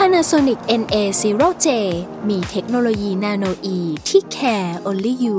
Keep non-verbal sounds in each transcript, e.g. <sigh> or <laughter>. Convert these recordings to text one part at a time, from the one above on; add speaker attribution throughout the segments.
Speaker 1: Panasonic NA0J มีเทคโนโลยีนาโนอีที่ care only you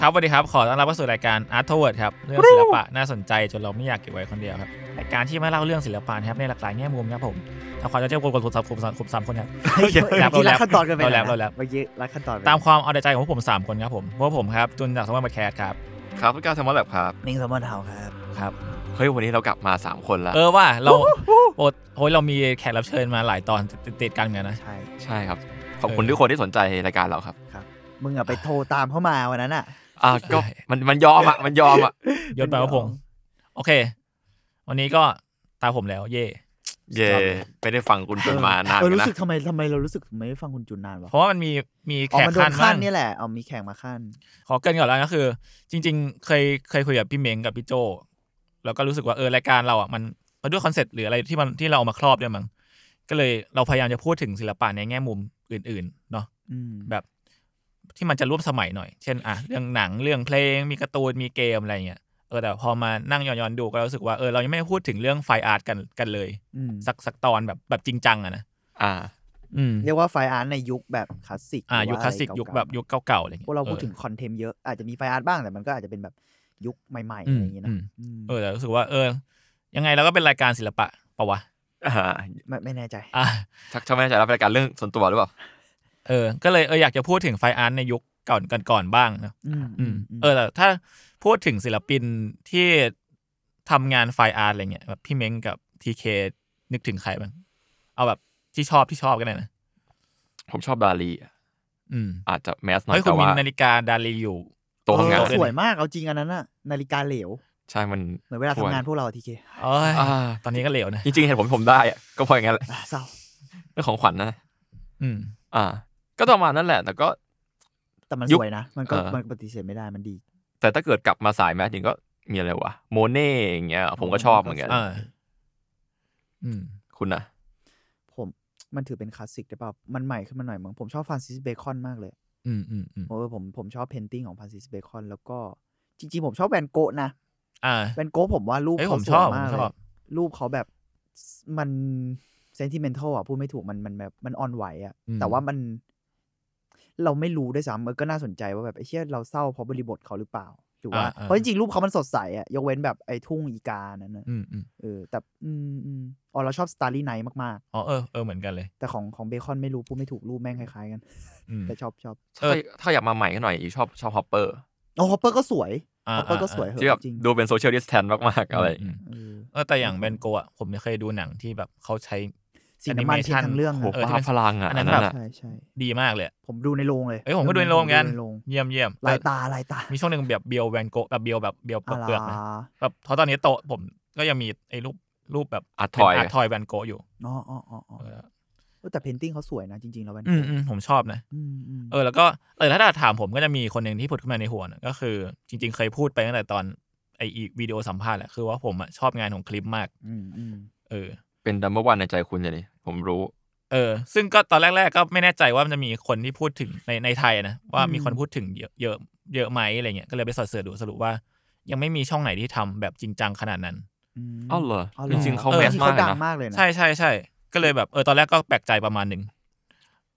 Speaker 2: ครับสวัสดีครับ ขอต้อนรับเข้าสู่รายการ Art Toward ครับ เรื่องศิลปะน่าสนใจจนเราไม่อยากเก็บไว้คนเดียวครับ รายการที่มาเล่าเรื่องศิลปะนะครับในหลากหลายแง่มุมครับผมเราขอจะเจ้าคนคนสามคนสามคนครับ
Speaker 3: เมื่อกี้รักขั้นตอนกันไป
Speaker 2: เรา
Speaker 3: ห
Speaker 2: แล้วย
Speaker 3: อะ
Speaker 2: เราแล้ว
Speaker 3: เมื่อกี้รักขั้นตอนไป
Speaker 2: ตามความเอาใจของพวกผมสามคนครับผมพวกผมครับจุนจากสมาร์ทแคสครับ
Speaker 4: ครับพี่ก้าวแซมมอนแลบครับ
Speaker 3: มิงสมอนเฮาครับ
Speaker 2: ครับ
Speaker 4: เฮ้ย วันนี้เรากลับมา 3 คนละ
Speaker 2: เออว่าเราโอ้โหเรามีแขกรับเชิญมาหลายตอนติดๆกันเหมือนกันนะ
Speaker 3: ใช่
Speaker 4: ใช่ครับ ขอบคุณ
Speaker 2: เออ
Speaker 4: ทุกคนที่สนใจรายการเราครับ
Speaker 3: มึงอะไปโทรตามเข้ามาวันนั้นอะ
Speaker 4: อ่ะก็มันมันยอมอ่ะ มันยอมอ่ะ
Speaker 2: ยศแปลว่าพงศ์โอเค วันนี้ก็ตามผมแล้ว เย่
Speaker 4: เย่ไม่ได้ฟังคุณจนมานาน
Speaker 3: เออ
Speaker 4: แล้ว
Speaker 3: รู้
Speaker 4: นะ
Speaker 3: สึกทำไมทำไมเรารู้สึกไม่ได้ฟังคุณจุนนานวะ
Speaker 2: เพราะว่ามันมีมีแข
Speaker 3: อ๋อก มันโด
Speaker 2: ขั้
Speaker 3: น
Speaker 2: น
Speaker 3: ขั้
Speaker 2: มาน ก
Speaker 3: นี่แหละเอามีแข่งมาขั้น
Speaker 2: ขอเกรินก่อนแล้วก็คือ จริง ๆ เคยเคยคุยกับพี่เม้งกับพี่โจแล้วก็รู้สึกว่าเออรายการเราอ่ะมันมันด้วยคอนเซ็ปต์หรืออะไรที่มันที่เราเอามาครอบด้วยมั้งก็เลยเราพยายามจะพูดถึงศิลปะในแง่มุมอื่น ๆ เนาะ
Speaker 3: อืม
Speaker 2: แบบ ที่มันจะร่วมสมัยหน่อย เช่นอ่ะเรื่องหนังเรื่องเพลง มีการ์ตูนมีเกมอะไรอย่างเงี้ยเออแต่พอมานั่งย้อนๆดูก็รู้สึกว่าเออเรายังไม่ได้พูดถึงเรื่องไฟอาร์ตกันกันเลย
Speaker 3: อืม
Speaker 2: สักสักตอนแบบแบบจริงจังอะนะ
Speaker 4: อ่า
Speaker 2: อืม
Speaker 3: เรียกว่าไฟอาร์ตในยุคแบบคลาสสิก
Speaker 2: อ่า
Speaker 3: หรื
Speaker 2: ยุค
Speaker 3: ว่
Speaker 2: คลาสสิก
Speaker 3: อะไรเๆ
Speaker 2: ยุคแบบยุคเก่าๆอะไรอย่าง
Speaker 3: พ
Speaker 2: เงี้
Speaker 3: วย กเราพู
Speaker 2: อ
Speaker 3: ด
Speaker 2: อ
Speaker 3: ถึงคอนเทมเยอะอาจจะมีไฟอาร์ตบ้างแต่มันก็อาจจะเป็นแบบยุคใหม่ๆ
Speaker 2: อืม
Speaker 3: อะไรอย่างเงี้ย
Speaker 2: อืม
Speaker 3: นะอืม
Speaker 2: เออแต่รู้สึกว่าเออ ยังไงเราก็เป็นรายการศิลปะปะวะ
Speaker 4: อ่า
Speaker 3: ไม่ไม่แน่ใจ
Speaker 2: อ่ะ
Speaker 4: ชักชอบไม่แน่ใจรับรายการเรื่องส่วนตัวหรือเปล่า
Speaker 2: เออ ก็เลยเอออยากจะพูดถึงไฟอาร์ตในยุคก่อนก่อนก่อนบ้างนะ
Speaker 3: อืม
Speaker 2: อืม
Speaker 3: ม
Speaker 2: เออแต่ถ้าพูดถึงศิลปินที่ทำงานไฟอาร์ตอะไรเงี้ยแบบพี่เม้งกับทีเคนึกถึงใครบ้างเอาแบบที่ชอบที่ชอบกันหน่อยนะ
Speaker 4: ผมชอบบาลีอ่ะ
Speaker 2: อืม
Speaker 4: อาจจะแมสหน่อ
Speaker 2: เฮ้
Speaker 4: ย
Speaker 2: ยคุ
Speaker 4: แต่
Speaker 2: ณมิ
Speaker 4: ว่าน
Speaker 2: นาฬิกาดาลีอยู่
Speaker 4: โตวทำงาน
Speaker 3: เออสวยมากเอาจริงอันนั้นอะนาฬิกาเหลว
Speaker 4: ใช่มัน
Speaker 3: เหมือนเวลาทำงานพวกเราทีเค
Speaker 2: เอ้ย
Speaker 4: อ่า
Speaker 2: ตอนนี้ก็เหลวนะ
Speaker 4: จริงๆเห็นผมผมได้อะก็พออย่างนั้นแหละ
Speaker 3: เศร้า
Speaker 4: เรื่องของขวัญนะ
Speaker 2: อืม
Speaker 4: อ่า ก็ประมาณนั้นแหละแต่ก็
Speaker 3: แต่มัน
Speaker 4: ยุ
Speaker 3: ส
Speaker 4: ค
Speaker 3: วยนะ มันก็
Speaker 4: เออ
Speaker 3: มันปฏิเสธไม่ได้มันดี
Speaker 4: แต่ถ้าเกิดกลับมาสายแมสจริงก็มีอะไรวะโมเน่อย่างเงี้ยผมก็ชอบเหมือนกัน
Speaker 2: เออ อืม
Speaker 4: คุณนะ
Speaker 3: ผมมันถือเป็นคลาสสิกได้เปล่ามันใหม่ขึ้นมาหน่อยมั้งผมชอบฟรานซิสเบคอนมากเลย
Speaker 2: อืมอืมอืม
Speaker 3: โอ้ยผมผมชอบเพนติงของฟรานซิสเบคอนแล้วก็จริงๆ ผมชอบแวนโกะนะ
Speaker 2: อ่า
Speaker 3: แวนโกะผมว่ารูป
Speaker 2: เอ้ย
Speaker 3: เขา
Speaker 2: ผม
Speaker 3: ส
Speaker 2: ช
Speaker 3: วย
Speaker 2: อบ
Speaker 3: มา
Speaker 2: ผม
Speaker 3: กเล
Speaker 2: ชอบ
Speaker 3: ยรูปเขาแบบมันเซนติเมนทัลอ่ะพูดไม่ถูกมันมันแบบมันอ่อนไหวอ่ะ
Speaker 2: อืม
Speaker 3: แต่ว่ามันเราไม่รู้ด้วยซ้ำเออก็น่าสนใจว่าแบบไอ้เชี่ยเราเศร้าเพราะบริบทเขาหรือเปล่าหรือว่า
Speaker 2: อ่าอ่า
Speaker 3: เพราะจริงๆรูปเขามันสดใสอ่ะยกเว้นแบบไอ้ทุ่งอีกานั่นนะ
Speaker 2: อืมอืม
Speaker 3: เออแต่อืมอืมอ๋อเราชอบสตาร์ลี่ไนท์มากๆ
Speaker 2: อ๋อเออเออเหมือนกันเลย
Speaker 3: แต่ของของเบคอนไม่รู้พูดไม่ถูกรูปแม่งคล้ายๆกัน
Speaker 2: อืม
Speaker 3: แต่ชอบชอบ
Speaker 2: เออ
Speaker 4: ถ้าถ้าอยากมาใหม่ก็หน่อยอีกชอบชอบฮอปเปอร์
Speaker 3: โอ้ฮอปเปอร์ก็สวย
Speaker 2: อ่า
Speaker 3: ฮอปเปอร์ก็สวยเห
Speaker 4: ที่แบบ
Speaker 3: อะจริง
Speaker 4: ดูเป็นโซเชียลดิสแทนมาก ๆ อะไรอย่าง
Speaker 2: อื
Speaker 4: เงี้ย
Speaker 2: ม
Speaker 3: เออ
Speaker 2: เออแต่อย่างแบนโกะอะผมเคยดูหนังที่แบบเขาใช้
Speaker 3: สีน้ำมันเพียง
Speaker 2: animation
Speaker 3: ทั้งเรื่อง
Speaker 4: โห
Speaker 3: อะ
Speaker 2: เออที่
Speaker 4: ภา
Speaker 2: มั
Speaker 4: พ
Speaker 2: น
Speaker 4: พลังอ่ะ
Speaker 2: อั
Speaker 4: อั
Speaker 2: น
Speaker 4: น
Speaker 2: นั้
Speaker 4: นั้นน
Speaker 2: แบบ
Speaker 4: อ่ะ
Speaker 3: ใช่ใช่
Speaker 2: ดีมากเลยอะ
Speaker 3: ผมดูในโรงเลย
Speaker 2: เอ้ยผมก็ดูในโรงเหมือนกัน
Speaker 3: ดูใโรง
Speaker 2: เยี่ยมเยี่ยม
Speaker 3: ลายตาลายตา
Speaker 2: มีช่วงหนึ่งแบบเบียวแบนโกะแบบเบียวแบบเบียวเป
Speaker 3: อะ
Speaker 2: ลือกๆ
Speaker 3: ไร
Speaker 2: นะแบบเพราะตอนนี้โตะผมก็ยังมีไอ้รูปรูปแบบ
Speaker 4: อาร์
Speaker 2: เป็
Speaker 4: ท
Speaker 2: น
Speaker 4: อย
Speaker 2: อาร์ทอยแบนโกะอยู่
Speaker 3: อ๋ออ๋ออ๋ออ๋อ
Speaker 2: เออ
Speaker 3: เออแต่เพนติ้งเขาสวยนะจริงๆแล้วมัน
Speaker 2: อืมอืมผมชอบนะ
Speaker 3: อืมอืม
Speaker 2: เออแล้วก็เออถ้าถามผมก็จะมีคนหนึ่งที่ผุดขึ้นมาในหัวนะก็คือ จริง ๆ เคยพูดไปตั้งแต่ตอนไออีวิดีโอสัมภาษณ์แหละคือว่าผมอะชอบงานของคลิปมาก
Speaker 3: อืมอืม
Speaker 2: เออ
Speaker 4: เป็นดัมเบิลวันในใจคุณอย่างนี้ผมรู้
Speaker 2: เออ ซึ่งก็ตอนแรก ๆ ก็ไม่แน่ใจว่ามันจะมีคนที่พูดถึงในในไทยนะ ว่ามีคนพูดถึงเยอะเยอะเยอะไหมอะไรเงี้ย ก็เลยไปสอดเสิร์ชดูสรุปว่า ยังไม่มีช่องไหนที่ทำแบบจริงจังขนาดนั้น
Speaker 3: ม
Speaker 4: อ้าวเหรอ
Speaker 3: อ้าวห
Speaker 4: จริงๆเขา
Speaker 3: ออ
Speaker 4: แมส
Speaker 3: ที่
Speaker 4: มา
Speaker 3: เขา
Speaker 4: ก
Speaker 3: ดัง
Speaker 4: นะ
Speaker 3: มากเลยนะ
Speaker 2: ใช่ใช่ใช่ก็เลยแบบเออตอนแรกก็แปลกใจประมาณหนึ่ง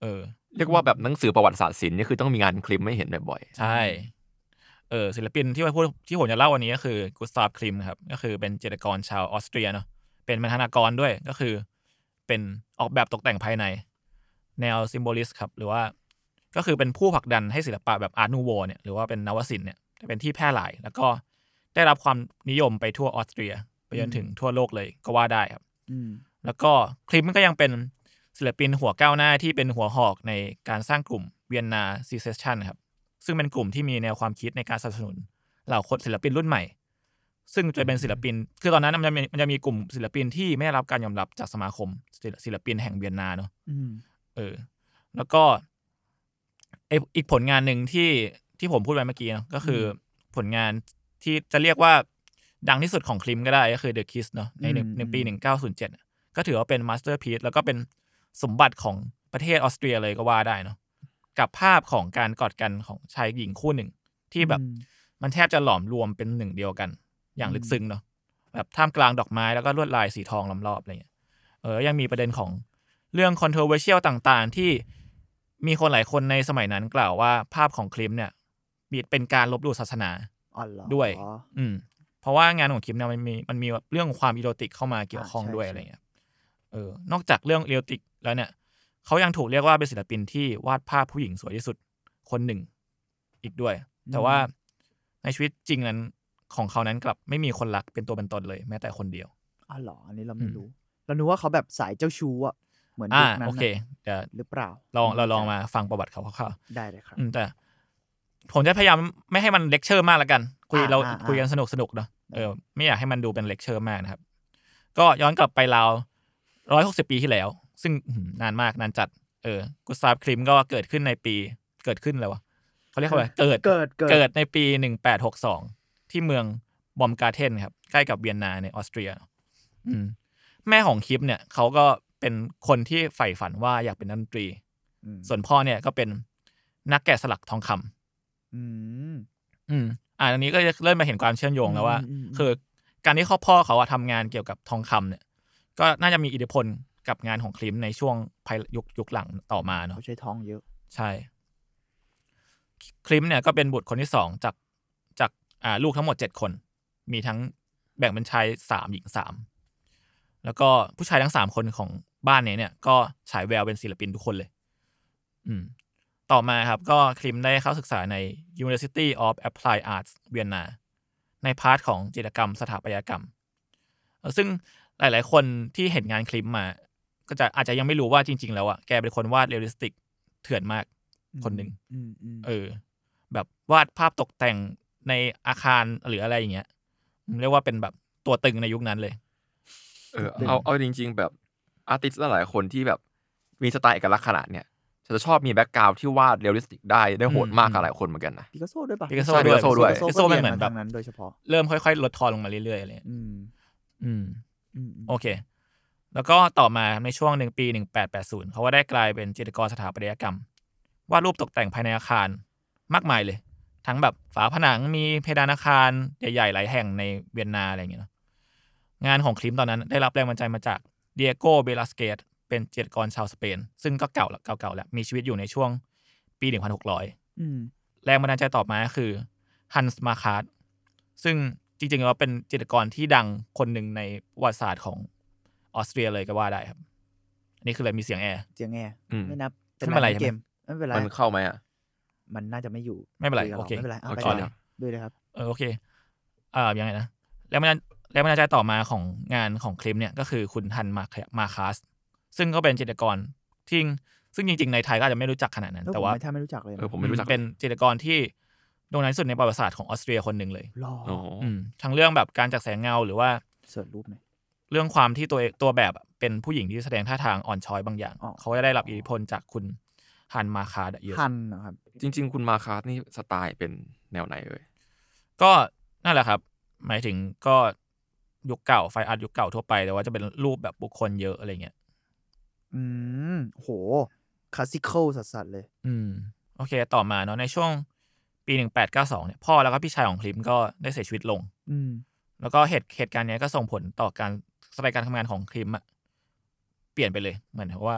Speaker 2: เออ
Speaker 4: เรียกว่าแบบหนังสือประวัติศาสตร์ศิลป์นี่คือต้องมีงานคลิปไม่เห็นบ่อย
Speaker 2: ใช่ เออศิลปินที่มาพูดที่ผมจะเล่าวันนี้ก็คือกุสตาฟคลิมครับก็คือเป็นจิตรกรชาวออสเตรียเนาะเป็นบรรณากรด้วยก็คือ เป็นออกแบบตกแต่งภายใน แนวซิมโบลิสครับหรือว่าก็คือเป็นผู้ผลักดันให้ศิลปะแบบอาร์ตนูโวเนี่ยหรือว่าเป็นนวศิลป์เนี่ยเป็นที่แพร่หลาย แล้วก็ได้รับความนิยมไปทั่วออสเตรียไปจนถึงทั่วโลกเลยก็ว่าได้ครับ
Speaker 3: อืม
Speaker 2: แล้วก็คลิปมันก็ยังเป็นศิลปินหัวก้าวหน้าที่เป็นหัวหอกในการสร้างกลุ่มเวียนนาซีเซชันครับซึ่งเป็นกลุ่มที่มีแนวความคิดในการสนับสนุนเหล่าคนศิลปินรุ่นใหม่ ซึ่งจะเป็นศิลปิน คือตอนนั้นมันจะมีมันจะมีกลุ่มศิลปินที่ไม่ได้รับการยอมรับจากสมาคมศิลศิลปินแห่งเวียนนาเนอะ
Speaker 3: อืม
Speaker 2: เออ แล้วก็ไออีกผลงานหนึ่งที่ที่ผมพูดไปเมื่อกี้เนอะก็คืออผลงานที่จะเรียกว่าดังที่สุดของคลิมก็ได้ก็คือ The Kiss เนาะในหนึ่ง
Speaker 3: อืม
Speaker 2: ในปีหนึ่งเก้าศูนย์เจ็ดก็ถือว่าเป็นมาสเตอร์พีซแล้วก็เป็นสมบัติของประเทศออสเตรียเลยก็ว่าได้เนาะกับภาพของการกอดกันของชายหญิงคู่หนึ่ง ที่แบบ
Speaker 3: อืม
Speaker 2: มันแทบจะหลอมรวมเป็นหนึ่งเดียวกัน อย่าง
Speaker 3: อืม
Speaker 2: ลึกซึ้งเนาะแบบท่ามกลางดอกไม้แล้วก็ลวดลายสีทองล้อมรอบอะไรเงี้ยเออแล้วยังมีประเด็นของเรื่อง controversial ต่างๆ ที่มีคนหลายคนในสมัยนั้นกล่าวว่าภาพของคลิมเนี่ยมีเป็นการลบหลู่ศาสนา
Speaker 3: อ๋อเหรอ
Speaker 2: ด้วย
Speaker 3: อ๋อ
Speaker 2: อืม เพราะว่างานของคลิมเนี่ยมันมีมันมีแบบเรื่องความอีโรติกเข้ามาเกี่ยวข้อง
Speaker 3: อ่าใช่
Speaker 2: ด้วย
Speaker 3: ใช่
Speaker 2: อะไรเงี้ยเออ นอกจากเรื่องอีโรติกแล้วเนี่ยเขายังถูกเรียกว่าเป็นศิลปินที่วาดภาพผู้หญิงสวยที่สุดคนหนึ่ง อีกด้วย แต่ว่าในชีวิตจริงนั้นของเขานั้นกลับไม่มีคนรักเป็นตัวเป็นตนเลย แม้แต่คนเดียว
Speaker 3: อ๋อเหรออันนี้เราไม่
Speaker 2: อืม
Speaker 3: รู้ เรานึกว่าเขาแบบสายเจ้าชู้อะเหมือน
Speaker 2: อ่า
Speaker 3: ยุคนั้น
Speaker 2: โอเค
Speaker 3: น่ะ
Speaker 2: เดี๋ยว
Speaker 3: หรือเปล่า
Speaker 2: ลอง
Speaker 3: ไแน่
Speaker 2: เราลอง
Speaker 3: ใจ
Speaker 2: มาฟังประวัติเขาคร่าวๆ
Speaker 3: ได้เลยครับ
Speaker 2: อืมแต่ผมจะพยายามไม่ให้มันเลคเชอร์มากละกัน คุย
Speaker 3: อ่า
Speaker 2: เรา
Speaker 3: อ่าอ่า
Speaker 2: คุยกันสนุกสนุกๆเนาะเออไม่อยากให้มันดูเป็นเลคเชอร์มากนะครับ ก็ย้อนกลับไปราวร้อยหกสิบปีที่แล้ว ซึ่งอื้อหือนานมากนานจัดเออกุสตาฟคลิมก็เกิดขึ้นในปีเกิดขึ้นเลยวะเขาเรียกว่าอะไรเกิด
Speaker 3: เกิด
Speaker 2: เกิดในปีหนึ่งแปดหกสองที่เมืองบอมการ์เทนครับ ใกล้กับเวียนนาในออสเตรียอืมแม่ของคลิปเนี่ยเขาก็เป็นคนที่ใฝ่ฝันว่าอยากเป็นนักดนตรี
Speaker 3: อืม
Speaker 2: ส่วนพ่อเนี่ยก็เป็นนักแกะสลักทองคำ
Speaker 3: อืม
Speaker 2: อืมอ่าอันนี้ก็จะเริ่มมาเห็นความเชื่อมโยงแล้วว่า
Speaker 3: อืมอืมอืม
Speaker 2: คือการที่ครอบพ่อเขาอะทำงานเกี่ยวกับทองคำเนี่ย ก็น่าจะมีอิทธิพลกับงานของคลิมในช่วงภายยุคยุคหลังต่อมาเนาะ
Speaker 3: เขาใช้ท้องเยอะ
Speaker 2: ใช่ คลิมเนี่ยก็เป็นบุตรคนที่สองจากจากอ่าลูกทั้งหมดเจ็ดคน มีทั้งแบ่งเป็นชายสามหญิงสามแล้วก็ผู้ชายทั้งสามคนของบ้านเนี้เนี่ย ก็ฉายแววเป็นศิลปินทุกคนเลย อืม ต่อมาครับก็คลิมได้เข้าศึกษาใน University of Applied Arts เวียนนาในพาร์ทของจิตรกรรมสถาปัตยกรรมเอ่อซึ่งหลาย ๆ คนที่เห็นงานคลิมมา ก็จะอาจจะยังไม่รู้ว่าจริง ๆ แล้วอ่ะแกเป็นคนวาดเรียลลิสติกเถื่อนมาก คนหนึ่ง
Speaker 3: อืมอืม
Speaker 2: เออ แบบวาดภาพตกแต่งในอาคารหรืออะไรอย่างเงี้ยอืมเรียกว่าเป็นแบบตัวตึงในยุคนั้นเลย
Speaker 4: เออเอาเอาจริง ๆ แบบอาร์ติสต์หลายๆคนที่แบบมีสไตล์เอกลักษณ์ขนาดเนี่ยจะชอบมีแบ็กกราวด์ที่วาดเรียลลิสติกได้ได้โหดมาก
Speaker 2: อืม
Speaker 4: กับหลายคนเหมือนกันนะ
Speaker 3: ปิกัสโซด้วยปะ
Speaker 2: ปิกัสโซ
Speaker 4: ใช่
Speaker 2: ด้วย
Speaker 4: ปิกัสโซด้วย
Speaker 2: ปิ
Speaker 3: ปิ
Speaker 2: กัส
Speaker 3: กัส
Speaker 2: โซ
Speaker 3: โซ
Speaker 2: มั
Speaker 3: มั
Speaker 2: เห
Speaker 3: น นเห
Speaker 2: มื
Speaker 3: มื
Speaker 2: อ
Speaker 3: อน น
Speaker 2: แบ
Speaker 3: แบบ บนั้นโดยเฉพาะ
Speaker 2: เริ่มค่อย ๆ ลดทอนลงมาเรื่อยๆอะไรเงี้ย
Speaker 3: อืม
Speaker 2: อืม
Speaker 3: อืมอืม
Speaker 2: โอเค แล้วก็ต่อมาในช่วงหนึ่งปี 1880 เขาก็ได้กลายเป็นจิตรกรสถาปัตยกรรม วาดรูปตกแต่งภายในอาคารมากมายเลย ทั้งแบบฝาผนังมีเพดานอาคารใหญ่ๆ หลายแห่งในเวียนนาอะไรอย่างเงี้ยเนอะงานของคลิมตอนนั้นได้รับแรงบันดาลใจมาจากเดียโกเบลาสเกตเป็นจิตรกรชาวสเปน ซึ่งก็เก่าแล้วเก่าๆแล้ว มีชีวิตอยู่ในช่วงปี 1600
Speaker 3: อืม
Speaker 2: แรงบันดาลใจต่อมาก็คือฮันส์มาคาร์ดซึ่งจริงๆแล้วเป็นจิตรกรที่ดังคนหนึ่งในประวัติศาสตร์ของออสเตรียเลยก็ว่าได้ครับ อันนี้คืออะไรมีเสียงแอร์
Speaker 3: เสียงแง่
Speaker 4: อืม
Speaker 3: ไม่นับ
Speaker 2: ไม่เป็นไร
Speaker 3: เกมไม่เป็นไร
Speaker 4: มันเข้าไหมอ่ะ
Speaker 3: มันน่าจะไม่อยู่
Speaker 2: ไม่เป็นไร
Speaker 3: คุยกั
Speaker 2: โอเค
Speaker 3: บาไม่เป็นไรเอา
Speaker 4: โอ
Speaker 3: ไป
Speaker 4: เค
Speaker 3: ก่อนด้วยเลยครับ
Speaker 2: เออโอเคเอ่อยังไงนะแรงบันดาลแรงบันดาลใจต่อมาของงานของคลิมเนี่ยก็คือคุณฮันมามาคาสซึ่งก็เป็นจิตรกรที่ซึ่งจริงๆในไทยก็อาจจะไม่รู้จักขนาดนั้น
Speaker 3: แต่
Speaker 2: แต่
Speaker 3: ว่า
Speaker 2: ว่า
Speaker 3: ไม่ทำไม่รู้จักเลยนะ
Speaker 4: เออผมไม่รู้จัก
Speaker 2: เป็นจิตรกรที่โด่งดังที่สุดในประวัติศาสตร์ของออสเตรียคนหนึ่งเลย
Speaker 3: รอ
Speaker 4: อ๋ออ
Speaker 2: มทั้งเรื่องแบบการจัดแสงเงาหรือว่า
Speaker 3: ส่วนรูปหน่อย
Speaker 2: เรื่องความที่ตัวเองตัวแบบอะเป็นผู้หญิงที่แสดงท่าทางอ่อนช้อยบางอย่าง
Speaker 3: อ๋อ
Speaker 2: เขาจะได้รับอิทธิพลจากคุณฮันมาคาดอะเยอะ
Speaker 3: พันนะครับ
Speaker 4: จริง ๆ คุณมาคาร์ทนี่สไตล์เป็นแนวไหนเอ่ย
Speaker 2: ก็นั่นแหละครับ หมายถึงก็ยุคเก่าไฟอาร์ตยุคเก่าทั่วไปแต่ว่าจะเป็นรูปแบบบุคคลเยอะอะไรเงี้ย
Speaker 3: อืมโหคลาสสิคอลสัสๆเลย
Speaker 2: อืม โอเค ต่อมาเนาะในช่วงปี 1892เนี่ยพ่อแล้วก็พี่ชายของคลิมก็ได้เสียชีวิตลง
Speaker 3: อืม
Speaker 2: แล้วก็เหตุเหตุการณ์เนี้ยก็ส่งผลต่อการสไตล์การทำงานของคลิมอะเปลี่ยนไปเลย เหมือนกับว่า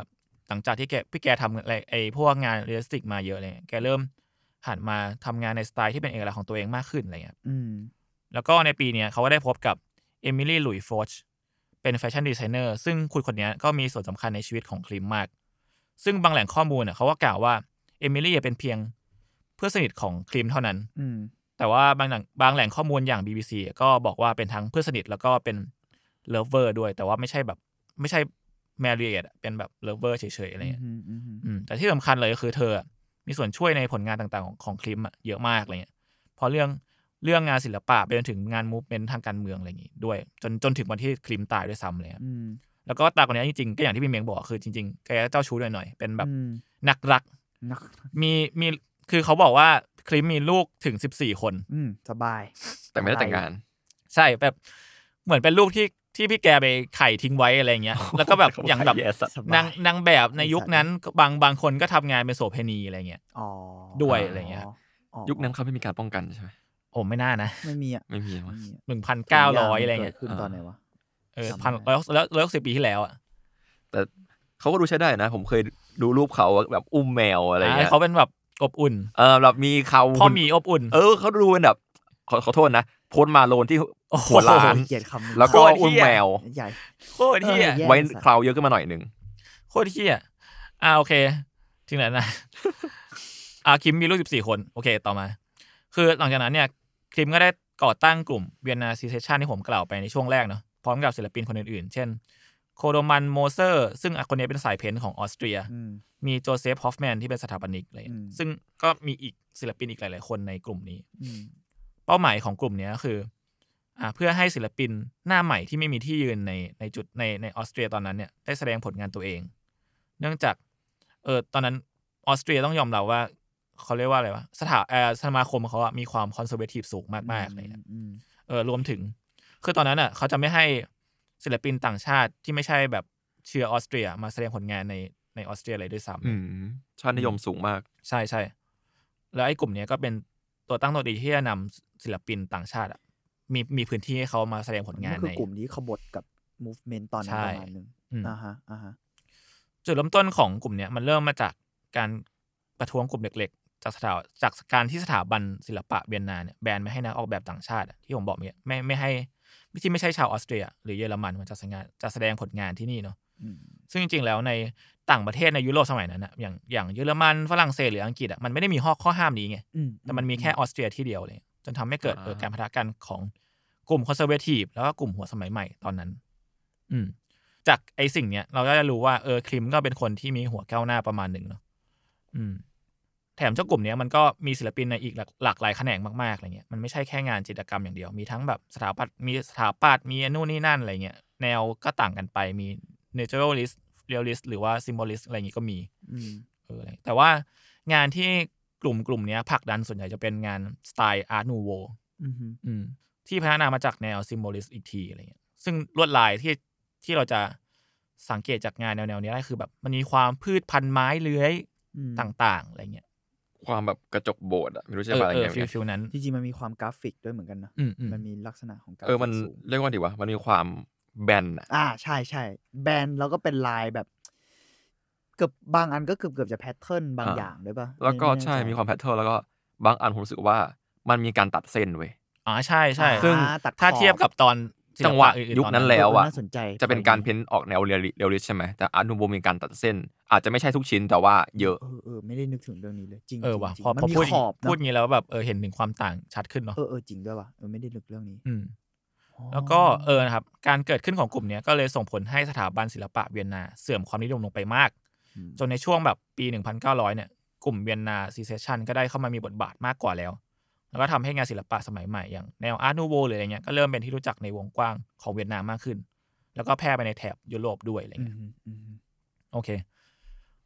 Speaker 2: หลังจากที่แกพี่แกทำอะไรไอ้พวกงานเรียลลิสติกมาเยอะเลยแกเริ่ม หันมาทำงานในสไตล์ที่เป็นเอกลักษณ์ของตัวเองมากขึ้นอะไรเงี้ย
Speaker 3: อืม
Speaker 2: แล้วก็ในปีเนี้ยเขาก็ได้พบกับเอมิลี่หลุยส์โฟชเป็นแฟชั่นดีไซเนอร์ซึ่งคุณคนเนี้ยก็มีส่วนสำคัญในชีวิตของคลิมมาก ซึ่งบางแหล่งข้อมูลน่ะเขาก็กล่าวว่าเอมิลี่เป็นเพียงเพื่อนสนิทของคลิมเท่านั้น
Speaker 3: อืม
Speaker 2: แต่ว่าบางหนังบางแหล่งข้อมูลอย่าง BBC ก็บอกว่าเป็นทั้งเพื่อนสนิทแล้วก็เป็นเลิฟเวอร์ด้วย แต่ว่าไม่ใช่แบบไม่ใช่แมรี่เอเป็นแบบเลิฟเวอร์เฉยๆอะไรเงี้ย
Speaker 3: อืมอืมอืม
Speaker 2: อืมแต่ที่สำคัญเลยก็คือเธออะมีส่วนช่วยในผลงานต่างๆของของคลิมอะเยอะมากอะไรเงี้ยเพราะเรื่องเรื่องงานศิลปะไปจนถึงงานมูฟเมนทางการเมืองอะไรอย่างงี้ด้วย จนจนถึงวันที่คลิมตายด้วยซ้ำเลยครับ
Speaker 3: อืม
Speaker 2: แล้วก็ตายคนนี้จริงๆ ก็อย่างที่พี่เมียงบอกคือจริงๆแกเจ้าชู้หน่อยๆเป็นแบบ
Speaker 3: อืม
Speaker 2: นักรัก
Speaker 3: นัก
Speaker 2: มีมีคือเขาบอกว่าคลิมมีลูกถึง 14 คน
Speaker 3: อืมสบาย
Speaker 4: แต่ไม่ได้แต่งงาน
Speaker 2: ใช่แบบเหมือนเป็นลูกที่ที่พี่แกไปไข่ทิ้งไว้อะไรเงี้ย แล้วก็แบบอย่างแบบ
Speaker 4: Yes อะ
Speaker 3: สบาย
Speaker 2: นางนางแบบในยุคนั้นบางบางคนก็ทำงานเป็นโสเภณีอะไรเงี้ย
Speaker 3: อ๋อ
Speaker 2: ด้วยอะไรเงี้ย
Speaker 3: อ๋อ
Speaker 4: ยุคนั้นเขาไม่มีการป้องกันใช่ไหม
Speaker 2: โอ้ไม่น่านะ
Speaker 3: ไม่มีอ่ะ
Speaker 4: ไม่มีมั้
Speaker 3: ไม่
Speaker 4: ย
Speaker 3: มีอะ
Speaker 2: หนึ่งพันเก้าร้อยอะไรเงี้ย
Speaker 3: กิดขึ้นตอนไหนวะ
Speaker 2: เออ
Speaker 3: จำไม่
Speaker 2: พัน
Speaker 3: ได้
Speaker 2: ร้อยแล้วร้อยสิบปีที่แล้วอ่ะ
Speaker 4: แต่เขาก็ดูใช้ได้นะ ผมเคยดูรูปเขาแบบอุ้มแมวอะไรอย่างเงี้ย
Speaker 2: เขาเป็นแบบอบอุ่น
Speaker 4: เออแบบมีเขา
Speaker 2: พ่อหมีอบอุ่น
Speaker 4: เออเขาดูเป็นแบบขอขอโทษนะโพสต์มาโลนที่
Speaker 2: โอ้โห
Speaker 4: หัวล้าน
Speaker 3: เกลียดคำนี้
Speaker 4: แล้วก็
Speaker 2: โคตรเหี้ย
Speaker 4: อุ้มแมว
Speaker 3: ใหญ่
Speaker 2: โคตรเที่ย
Speaker 3: เออแย่
Speaker 4: ไว้เคราวเยอะขึ้นมาหน่อยหนึ่ง
Speaker 2: โคตรเที่ยอ่าโอเคถึงไหนนะ อ่าคิมมีลูกสิบสี่คน โอเค ต่อมา คือหลังจากนั้นเนี่ยคิมก็ได้ก่อตั้งกลุ่มเวียนนาซีเซชันที่ผมกล่าวไปในช่วงแรกเนาะพร้อมกับศิลปินคนอื่นๆ เช่น โคโดมันโมเซอร์ ซึ่งอ่ะคนนี้เป็นสายเพ้นท์ของออสเตรีย
Speaker 3: อืม
Speaker 2: มีโจเซฟฮอฟแมนที่เป็นสถาปนิกอะไร
Speaker 3: อืม
Speaker 2: ซึ่งก็มีอีกศิลปินอีกหลายๆคนในกลุ่มนี้
Speaker 3: อืม
Speaker 2: เป้าหมายของกลุ่มเนี้ยคืออ่าเพื่อให้ศิลปินหน้าใหม่ที่ไม่มีที่ยืนในในจุดในในออสเตรียตอนนั้นเนี่ยได้แสดงผลงานตัวเอง เนื่องจากเออตอนนั้นออสเตรียต้องยอมรับว่าเขาเรียกว่าอะไรวะสถาเออสมาคมเขาอะมีความคอนเซอร์เวทีฟสูงมากๆเลยนะ
Speaker 3: อืม
Speaker 2: เออรวมถึง คือตอนนั้นอ่ะเขาจะไม่ให้ศิลปินต่างชาติที่ไม่ใช่แบบเชื้อออสเตรียมาแสดงผลงานในในออสเตรียเลยด้วยซ้ำ
Speaker 4: ชาตินิยมสูงมาก
Speaker 2: ใช่ใช่ แล้วไอ้กลุ่มเนี้ยก็เป็นตัวตั้งตัวดีที่จะนำศิลปินต่างชาติอะมีมีพื้นที่ให้เขามาแสดงผลงาน
Speaker 3: ก็คื
Speaker 2: ใน
Speaker 3: อกลุ่มที่ขบฏกับ movement ตอนนั้น
Speaker 2: ใช่
Speaker 3: ประมาณหนึง
Speaker 2: อืม
Speaker 3: อ่าฮะอ่าฮะ
Speaker 2: จุดเริ่มต้นของกลุ่มเนี้ยมันเริ่มมาจากการประท้วงกลุ่มเล็กๆ จากสถาจากการที่สถาบันศิลปะเวียนนาเนี่ยแบนไม่ให้นักออกแบบต่างชาติอะที่ผมบอกเนี่ยไม่ไม่ให้ที่ไม่ใช่ชาวออสเตรีย หรือเยอรมันมาจัดแสดงจะแสดงผลงานที่นี่เนาะ
Speaker 3: อืม
Speaker 2: ซึ่งจริงๆ แล้วในต่างประเทศในยุโรปสมัยนั้นอะอย่างอย่างเยอรมันฝรั่งเศสหรืออังกฤษอะมันไม่ได้มีข้อข้อห้ามนี้ไง
Speaker 3: อื
Speaker 2: แต่มันมีแค่ออสเตรียที่เดียวเลย จนทำให้เกิด
Speaker 4: อ่า
Speaker 2: เออการพัฒกันของกลุ่มคอนเซอร์เวทีฟแล้วก็กลุ่มหัวสมัยใหม่ตอนนั้น อืม จากไอ้สิ่งเนี้ย เราก็จะรู้ว่าเออคลิมก็เป็นคนที่มีหัวก้าวหน้าประมาณหนึ่งเนาะอืม แถมเจ้ากลุ่มเนี้ยมันก็มีศิลปินในอีกหลากหลากหลายแขนงมากๆอะไรเงี้ยมันไม่ใช่แค่งานจิตรกรรมอย่างเดียว มีทั้งแบบสถาปัตย์มีสถาปัตย์มีนู่นนี่นั่นอะไรเงี้ยแนวก็ต่างกันไปมี naturalist realist หรือว่า symbolist อะไรเงงี้ยก็มี
Speaker 3: อืม
Speaker 2: เอออะไรแต่ว่างานที่กลุ่มกลุ่มเนี้ยผลักดันส่วนใหญ่จะเป็นงานสไตล์อาร์ตนูโว
Speaker 3: อืมฮึ
Speaker 2: ที่พัฒนามาจากแนวซิมโบลิสอีกทีอะไรเงี้ยซึ่งลวดลายที่ที่เราจะสังเกตจากงานแนวๆเนี้ยได้คือแบบมันมีความพืชพันธุ์ไม้เลื้อย
Speaker 3: อืม
Speaker 2: ต่างๆอะไรเงี้ย
Speaker 4: ความแบบกระจกโบสถ์อะไม่รู้
Speaker 2: เอ
Speaker 4: จะ
Speaker 2: อ
Speaker 4: ว่าอะไร
Speaker 2: เออ
Speaker 4: เงี้
Speaker 2: ฟิล
Speaker 4: ย
Speaker 2: ฟิลนั้น
Speaker 3: จริงๆมันมีความกราฟิกด้วยเหมือนกันนะ
Speaker 2: อืมอืม
Speaker 3: มันมีลักษณะของกรา
Speaker 4: เออ
Speaker 3: ฟิ
Speaker 4: มัน
Speaker 3: กสูง
Speaker 4: เรียกว่าดีวะมันมีความแบนอะ
Speaker 3: อ่าใช่ใช่แบรนด์แล้วก็เป็นลายแบบ เกือบบางอันก็เกือบเกือบจะแพทเทิร์นบางอย่างด้วยปะ
Speaker 4: แล้วก็
Speaker 3: ไม่แน่จ
Speaker 4: ใช่มีความแพทเทิร์นแล้วก็บางอันผมรู้สึกว่ามันมีการตัดเส้นเว้ย
Speaker 2: อ๋อใช่ใช่
Speaker 3: อ่า
Speaker 4: ซึ่ง
Speaker 3: ตัด
Speaker 2: ถ้าเทียบกับตอนศิลป
Speaker 4: จังหวะ
Speaker 2: อื่ๆ
Speaker 4: ยุค
Speaker 2: ตอ
Speaker 4: นั้นแล้วอะ
Speaker 3: น่าสนใจ
Speaker 4: จะเป็นการเพ้นออกแนวเรียลลิเรียลลิสต์ใช่ไหมแต่อาร์ตนูโบมีการตัดเส้น อาจจะไม่ใช่ทุกชิ้นแต่ว่าเยอะ
Speaker 3: เออเออไม่ได้นึกถึงเรื่องนี้เลย จริง
Speaker 2: เออว่ะ
Speaker 3: จริง
Speaker 2: พอ
Speaker 3: มัน
Speaker 2: พอ
Speaker 3: มี
Speaker 2: พูด
Speaker 3: ขอบเนอะ
Speaker 2: พูดงี้แล้วแบบเออเห็นถึงความต่างชัดขึ้นเนาะ
Speaker 3: เออเออจริงด้วยว่ะเออไม่ได้นึกเรื่องนี้
Speaker 2: อืม
Speaker 3: อ๋อ
Speaker 2: แล้วก็เออนะครับการเกิดขึ้นของกลุ่มเนี้ยก็เลยส่งผลให้สถาบันศิลปะเวียนนาเสื่อมความนิยมลงไปมาก
Speaker 3: ม
Speaker 2: จนในช่วงแบบปี 1900 เนี่ย กลุ่มเวียนนาซีเซชันก็ได้เข้ามามีบทบาทมากกว่าแล้ว แล้วก็ทำให้งานศิลปะสมัยใหม่อย่างแนวอาร์ตนูโวหรืออะไรเงี้ยก็เริ่มเป็นที่รู้จักในวงกว้างของเวียดนามมากขึ้น แล้วก็แพร่ไปในแถบยุโรปด้วยอะไร
Speaker 3: อื
Speaker 2: เงี้ย
Speaker 3: มอืม
Speaker 2: โอเค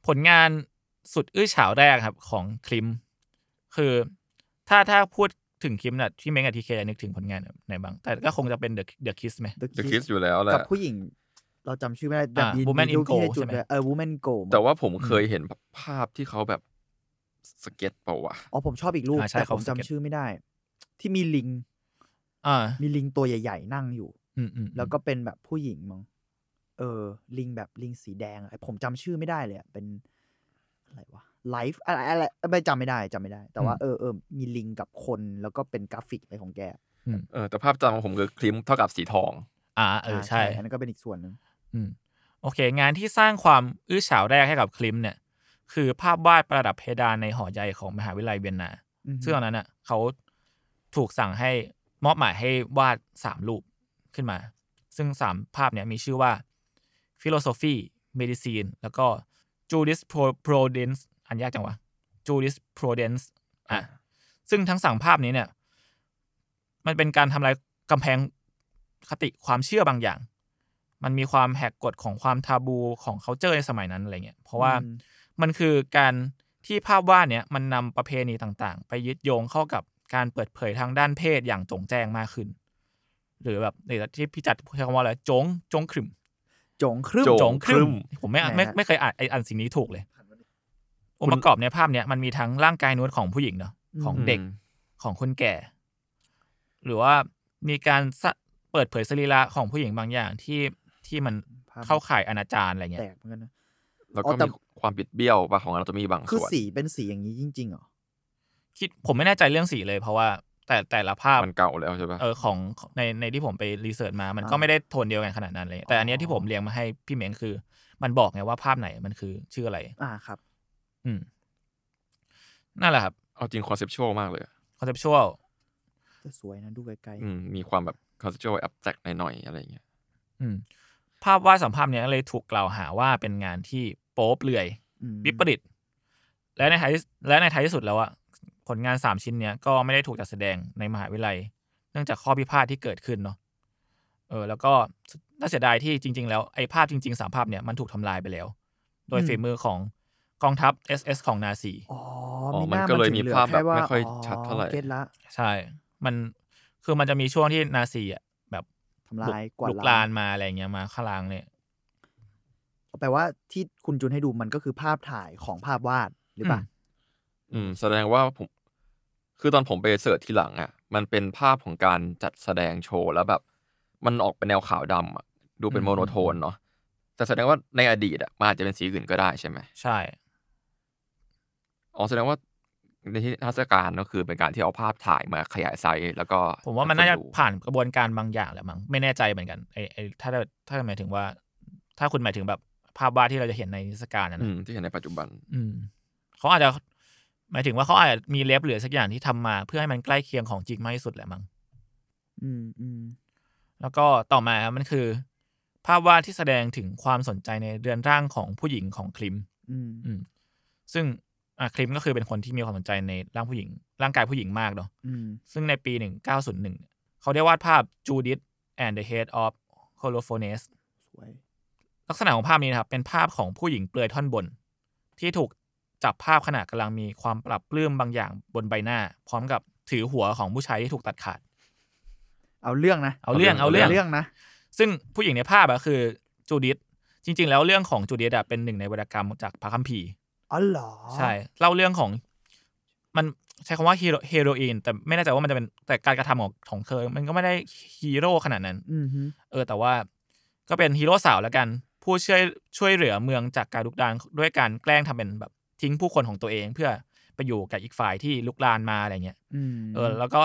Speaker 2: ผลงานสุดอื้อฉาวแรกครับของคลิม คือถ้าถ้าพูดถึงคลิมเนี่ยที่เมงกับทีเคจะนึกถึงผลงานไหนบ้างแต่ก็คงจะเป็นเดอะเดอะคิสไหม
Speaker 4: The Kiss อยู่แล้วแหละ
Speaker 3: กับผู้หญิง เราจำชื่อไม่ได้
Speaker 2: อ่า Woman in
Speaker 3: รูปที่ให้
Speaker 2: Gold
Speaker 3: จุด
Speaker 2: ใช่ไหม
Speaker 3: ด้วยเออ woman in gold
Speaker 4: แต่ว่าผมเคยเห็นภาพที่เขาแบบสเก็ตเปล่าวะ
Speaker 3: อ๋อผมชอบอีกรูป
Speaker 2: อ่าใช่
Speaker 3: แต่ผม
Speaker 2: เขา
Speaker 3: จำ
Speaker 2: สเก็ต
Speaker 3: ชื่อไม่ได้ ที่มีลิง
Speaker 2: อ่า
Speaker 3: มีลิงตัวใหญ่ๆ นั่งอยู่
Speaker 2: อืมอืมอืม
Speaker 3: แล้วก็เป็นแบบผู้หญิงมั้งเออ ลิงแบบลิงสีแดงอะผมจำชื่อไม่ได้เลยอะเป็น อะไรวะไลฟ์อะไรอะไรไม่จำไม่ได้จำไม่ได้ แต่ว่าเออเออมีลิงกับคนแล้วก็เป็นกราฟิกอะไรของแก
Speaker 4: เออแต่ภาพจำของผมคือคลิมเท่ากับสีทอง
Speaker 2: อ่าเออใช่
Speaker 3: อันนั้นก็เป็นอีกส่วนหนึ่ง
Speaker 2: อืมโอเค งานที่สร้างความอื้อฉาวแรกให้กับคลิมเนี่ย คือภาพวาดประดับเพดานในหอใหญ่ของมหาวิทยาลัยเวียนนา
Speaker 3: อืม
Speaker 2: ซึ่งตอนนั้นอ่ะเขาถูกสั่งให้มอบหมายให้วาดสามรูปขึ้นมา ซึ่งสามภาพเนี่ยมีชื่อว่า philosophy medicine แล้วก็ jurisprudence อันยากจังวะ jurisprudence อ่ะซึ่งทั้งสามภาพนี้เนี่ย มันเป็นการทำลายกำแพงคติความเชื่อบางอย่าง มันมีความแหกกฎของความทาบูของเขาเจอในสมัยนั้นอะไรเงี้ยเพราะว่า
Speaker 3: อืม
Speaker 2: มันคือการที่ภาพวาดเนี่ยมันนำประเพณีต่างๆ ไปยึดโยงเข้ากับการเปิดเผยทางด้านเพศอย่างจงแจ้งมากขึ้น หรือแบบในที่พี่จัดใช้คำว่าอะไรจงจงครึม
Speaker 3: จงครึ่ม
Speaker 4: จ
Speaker 2: จงครึมผมไม่อ่ะไม่
Speaker 3: แหม่
Speaker 2: ไม่เคยอ่านไออันสิ่งนี้ถูกเลยองค์ประกอบในภาพเนี่ยมันมีทั้งร่างกายนวดของผู้หญิงเนาะของเด็ก
Speaker 4: อืม
Speaker 2: ของคนแก่ หรือว่ามีการสะเปิดเผยสรีระของผู้หญิงบางอย่างที่ที่มัน
Speaker 3: ภาพ
Speaker 2: เข้าข่ายอนาจารอะไรเงี้
Speaker 3: แต
Speaker 2: ย
Speaker 3: กเหมือนกันนะ
Speaker 4: แล้ว
Speaker 3: อ๋
Speaker 4: ก็
Speaker 3: อแต่
Speaker 4: มีความบิดเบี้ยวบางของเราจะมีบาง
Speaker 3: คือ
Speaker 4: ส่วน
Speaker 3: สีเป็นสีอย่างนี้จริงๆเหรอ
Speaker 2: คิดผมไม่แน่ใจเรื่องสีเลย เพราะว่าแต่แต่ละภาพ
Speaker 4: มันเก่าแล้วใช่ปะ
Speaker 2: เออของในในที่ผมไปรีเสิร์ชมา มัน
Speaker 3: อ่า
Speaker 2: ก็ไม่ได้โทนเดียวกันขนาดนั้นเลย แต่อันเนี้ยที่ผมเรียงมาให้พี่เหมงคือ มันบอกไงว่าภาพไหนมันคือชื่ออะไร
Speaker 3: อ่าครับ
Speaker 2: อืม นั่นแหละครับ
Speaker 4: เอาจริงคอนเซปชวลมากเลยอะ
Speaker 2: คอนเซปชวล
Speaker 3: แต่สวยนะดูไกล
Speaker 4: อืมมีความแบบคอนเซปชวลแอบแจกหน่อยๆอะไรอย่างเงี้ย
Speaker 2: อืม ภาพวาดสัมภาพเนี้ยเลยถูกกล่าวหาว่าเป็นงานที่โป๊เปลือย
Speaker 3: ๆอืม
Speaker 2: วิปริต และในท้ายที่และในท้ายที่สุดแล้วอะผลงานสามชิ้นเนี้ยก็ไม่ได้ถูกจัดแสดงในมหาวิทยาลัย เนื่องจากข้อพิพาทที่เกิดขึ้นเนาะเออ แล้วก็น่าเสียดายที่จริง ๆ แล้วไอ้ภาพจริงๆสามภาพเนี่ยมันถูกทำลายไปแล้ว โดยฝีมือของกองทัพ SS ของนาซี
Speaker 3: อ๋อ
Speaker 4: อ๋อ
Speaker 3: มีห
Speaker 4: มัน
Speaker 3: น้า
Speaker 4: ก็เลย
Speaker 3: ถึง
Speaker 4: มี
Speaker 3: หอ
Speaker 4: ภาพแบบ
Speaker 3: ค่ว่
Speaker 4: ไม่ค่อยชัดเท่าไหร่
Speaker 3: อ๋อเก็ตละ
Speaker 2: ใช่ มันคือมันจะมีช่วงที่นาซีอ่ะแบบ
Speaker 3: ทำลาย
Speaker 2: บุกลุกลานมาอะไรเงี้ยมาขลางเนี่ย
Speaker 3: แปลว่าที่คุณจุนให้ดูมันก็คือภาพถ่ายของภาพวาดหรือเปล่า
Speaker 2: อืม
Speaker 4: อืมแสดงว่าผม คือตอนผมไปเสิร์ชทีหลังอ่ะ มันเป็นภาพของการจัดแสดงโชว์แล้วแบบ มันออกเป็นแนวขาวดำอ่ะ ดูเป็น
Speaker 2: อืม
Speaker 4: โมโนโทนเนาะแต่แสดงว่าในอดีตอ่ะมันอาจจะเป็นสีอื่นก็ได้ใช่ไหม
Speaker 2: ใช่
Speaker 4: อ๋อแสดงว่าในที่นิทรรศการก็คือเป็นการที่เอาภาพถ่ายมาขยายไซส์แล้วก็
Speaker 2: ผมว่ามันน่าจะ
Speaker 4: ให้คดู
Speaker 2: ผ่านกระบวนการบางอย่างแหละมั้งไม่แน่ใจเหมือนกันไอ้ไอ้ถ้าถ้าหมายถึงว่า ถ้าคุณหมายถึงแบบภาพวาดที่เราจะเห็นในนิทรรศการนะ
Speaker 4: อื
Speaker 2: นะ
Speaker 4: มที่เห็นในปัจจุบัน
Speaker 2: อืมเขาอาจจะหมายถึงว่าเขาอาจจะมีเล็บเหลือสักอย่างที่ทำมาเพื่อให้มันใกล้เคียงของจริงมากที่สุดแหละมั้ง
Speaker 3: อืมอืม
Speaker 2: แล้วก็ต่อมามันคือ ภาพวาดที่แสดงถึงความสนใจในเรือนร่างของผู้หญิงของคลิม
Speaker 3: อืม
Speaker 2: อืม ซึ่งอ่ะคลิมก็คือเป็นคนที่มีความสนใจในร่างผู้หญิง ร่างกายผู้หญิงมากเนาะ
Speaker 3: อืม
Speaker 2: ซึ่งในปี 1901 เขาได้วาดภาพ Judith and the Head of Holofernes
Speaker 3: สวย
Speaker 2: ลักษณะของภาพนี้นะครับ เป็นภาพของผู้หญิงเปลือยท่อนบน ที่ถูกจับภาพขณะกำลังมีความปรับปลื้มบางอย่างบนใบหน้า พร้อมกับถือหัวของผู้ชายที่ถูกตัดขาด
Speaker 3: เอาเรื่องนะ
Speaker 2: เอาเรื่องเอาเรื่อง
Speaker 3: เรื่องนะ
Speaker 2: ซึ่งผู้หญิงในภาพอะคือจูดิธจริง ๆ แล้วเรื่องของจูดิธอะเป็นหนึ่งในวรรณกรรมจากพระคัมภีร์
Speaker 3: อ๋อเหรอ
Speaker 2: ใช่เล่าเรื่องของมันใช้คำว่าฮีโร่เฮโรอีนแต่ไม่แน่ใจว่ามันจะเป็นแต่การกระทำของของเธอมันก็ไม่ได้ฮีโร่ขนาดนั้น
Speaker 3: อืมฮึ
Speaker 2: เออแต่ว่าก็เป็นฮีโร่สาวแล้วกัน ผู้ช่วยช่วยเหลือเมืองจากการลุกรานด้วยการแกล้งทำเป็นแบบทิ้งผู้คนของตัวเอง เพื่อไปอยู่กับอีกฝ่ายที่ลุกรานมาอะไรเงี้ย
Speaker 3: อืม
Speaker 2: เออแล้วก็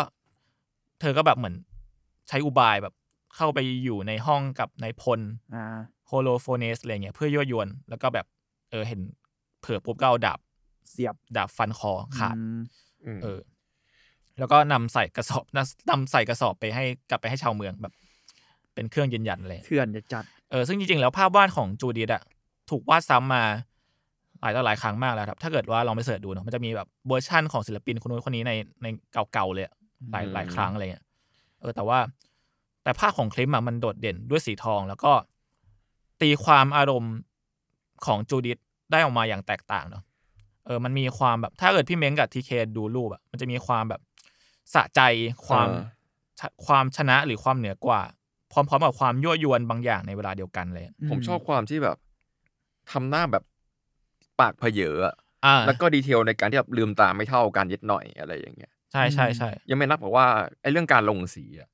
Speaker 2: เธอก็แบบเหมือนใช้อุบายแบบเข้าไปอยู่ในห้องกับนายพล
Speaker 3: อ่า
Speaker 2: โฮโลโฟเนสอะไรเงี้ยเพื่อยั่วยวน แล้วก็แบบเออเห็นเผื่อปุ๊บก็เอาดาบ
Speaker 3: เสียบ
Speaker 2: ดาบฟันคอขาด
Speaker 3: อืม
Speaker 4: อืม
Speaker 2: เออ แล้วก็นำใส่กระสอบนำนำใส่กระสอบไปให้กลับไปให้ชาวเมืองแบบ เป็นเครื่องยืนยันอะไร
Speaker 3: เถื่อนจะจัด
Speaker 2: เออซึ่งจริงๆ แล้วภาพวาดของจูดิตอะถูกวาดซ้ำมาหลายต่อหลายครั้งมากแล้วครับ ถ้าเกิดว่าลองไปเสิร์ชดูเนาะมันจะมีแบบเวอร์ชั่นของศิลปินคนนู้นคนนี้ในในเก่าๆเลยอะหลายหลายครั้งอะไรเงี้ยเออแต่ว่าแต่ภาพของคลิปอะมันโดดเด่นด้วยสีทอง แล้วก็ตีความอารมณ์ของจูดิตได้ออกมาอย่างแตกต่างเนาะเออมันมีความแบบถ้าเกิดพี่เม้งกับทีเคดูรูปอะมันจะมีความแบบสะใจความ
Speaker 4: เออ
Speaker 2: ชะความชนะหรือความเหนือกว่า พร้อมๆกับความยั่วยวนบางอย่างในเวลาเดียวกันเลยอะ
Speaker 4: ผมชอบความที่แบบทำหน้าแบบปากเพเยออะ
Speaker 2: อ่า
Speaker 4: แล้วก็ดีเทลในการที่แบบลืมตาไม่เท่าการเย็ดหน่อยอะไรอย่างเงี้ย
Speaker 2: ใช่ใช่ใช่
Speaker 4: ยังไม่นับบอกว่าไอ้เรื่องการลงสีอะ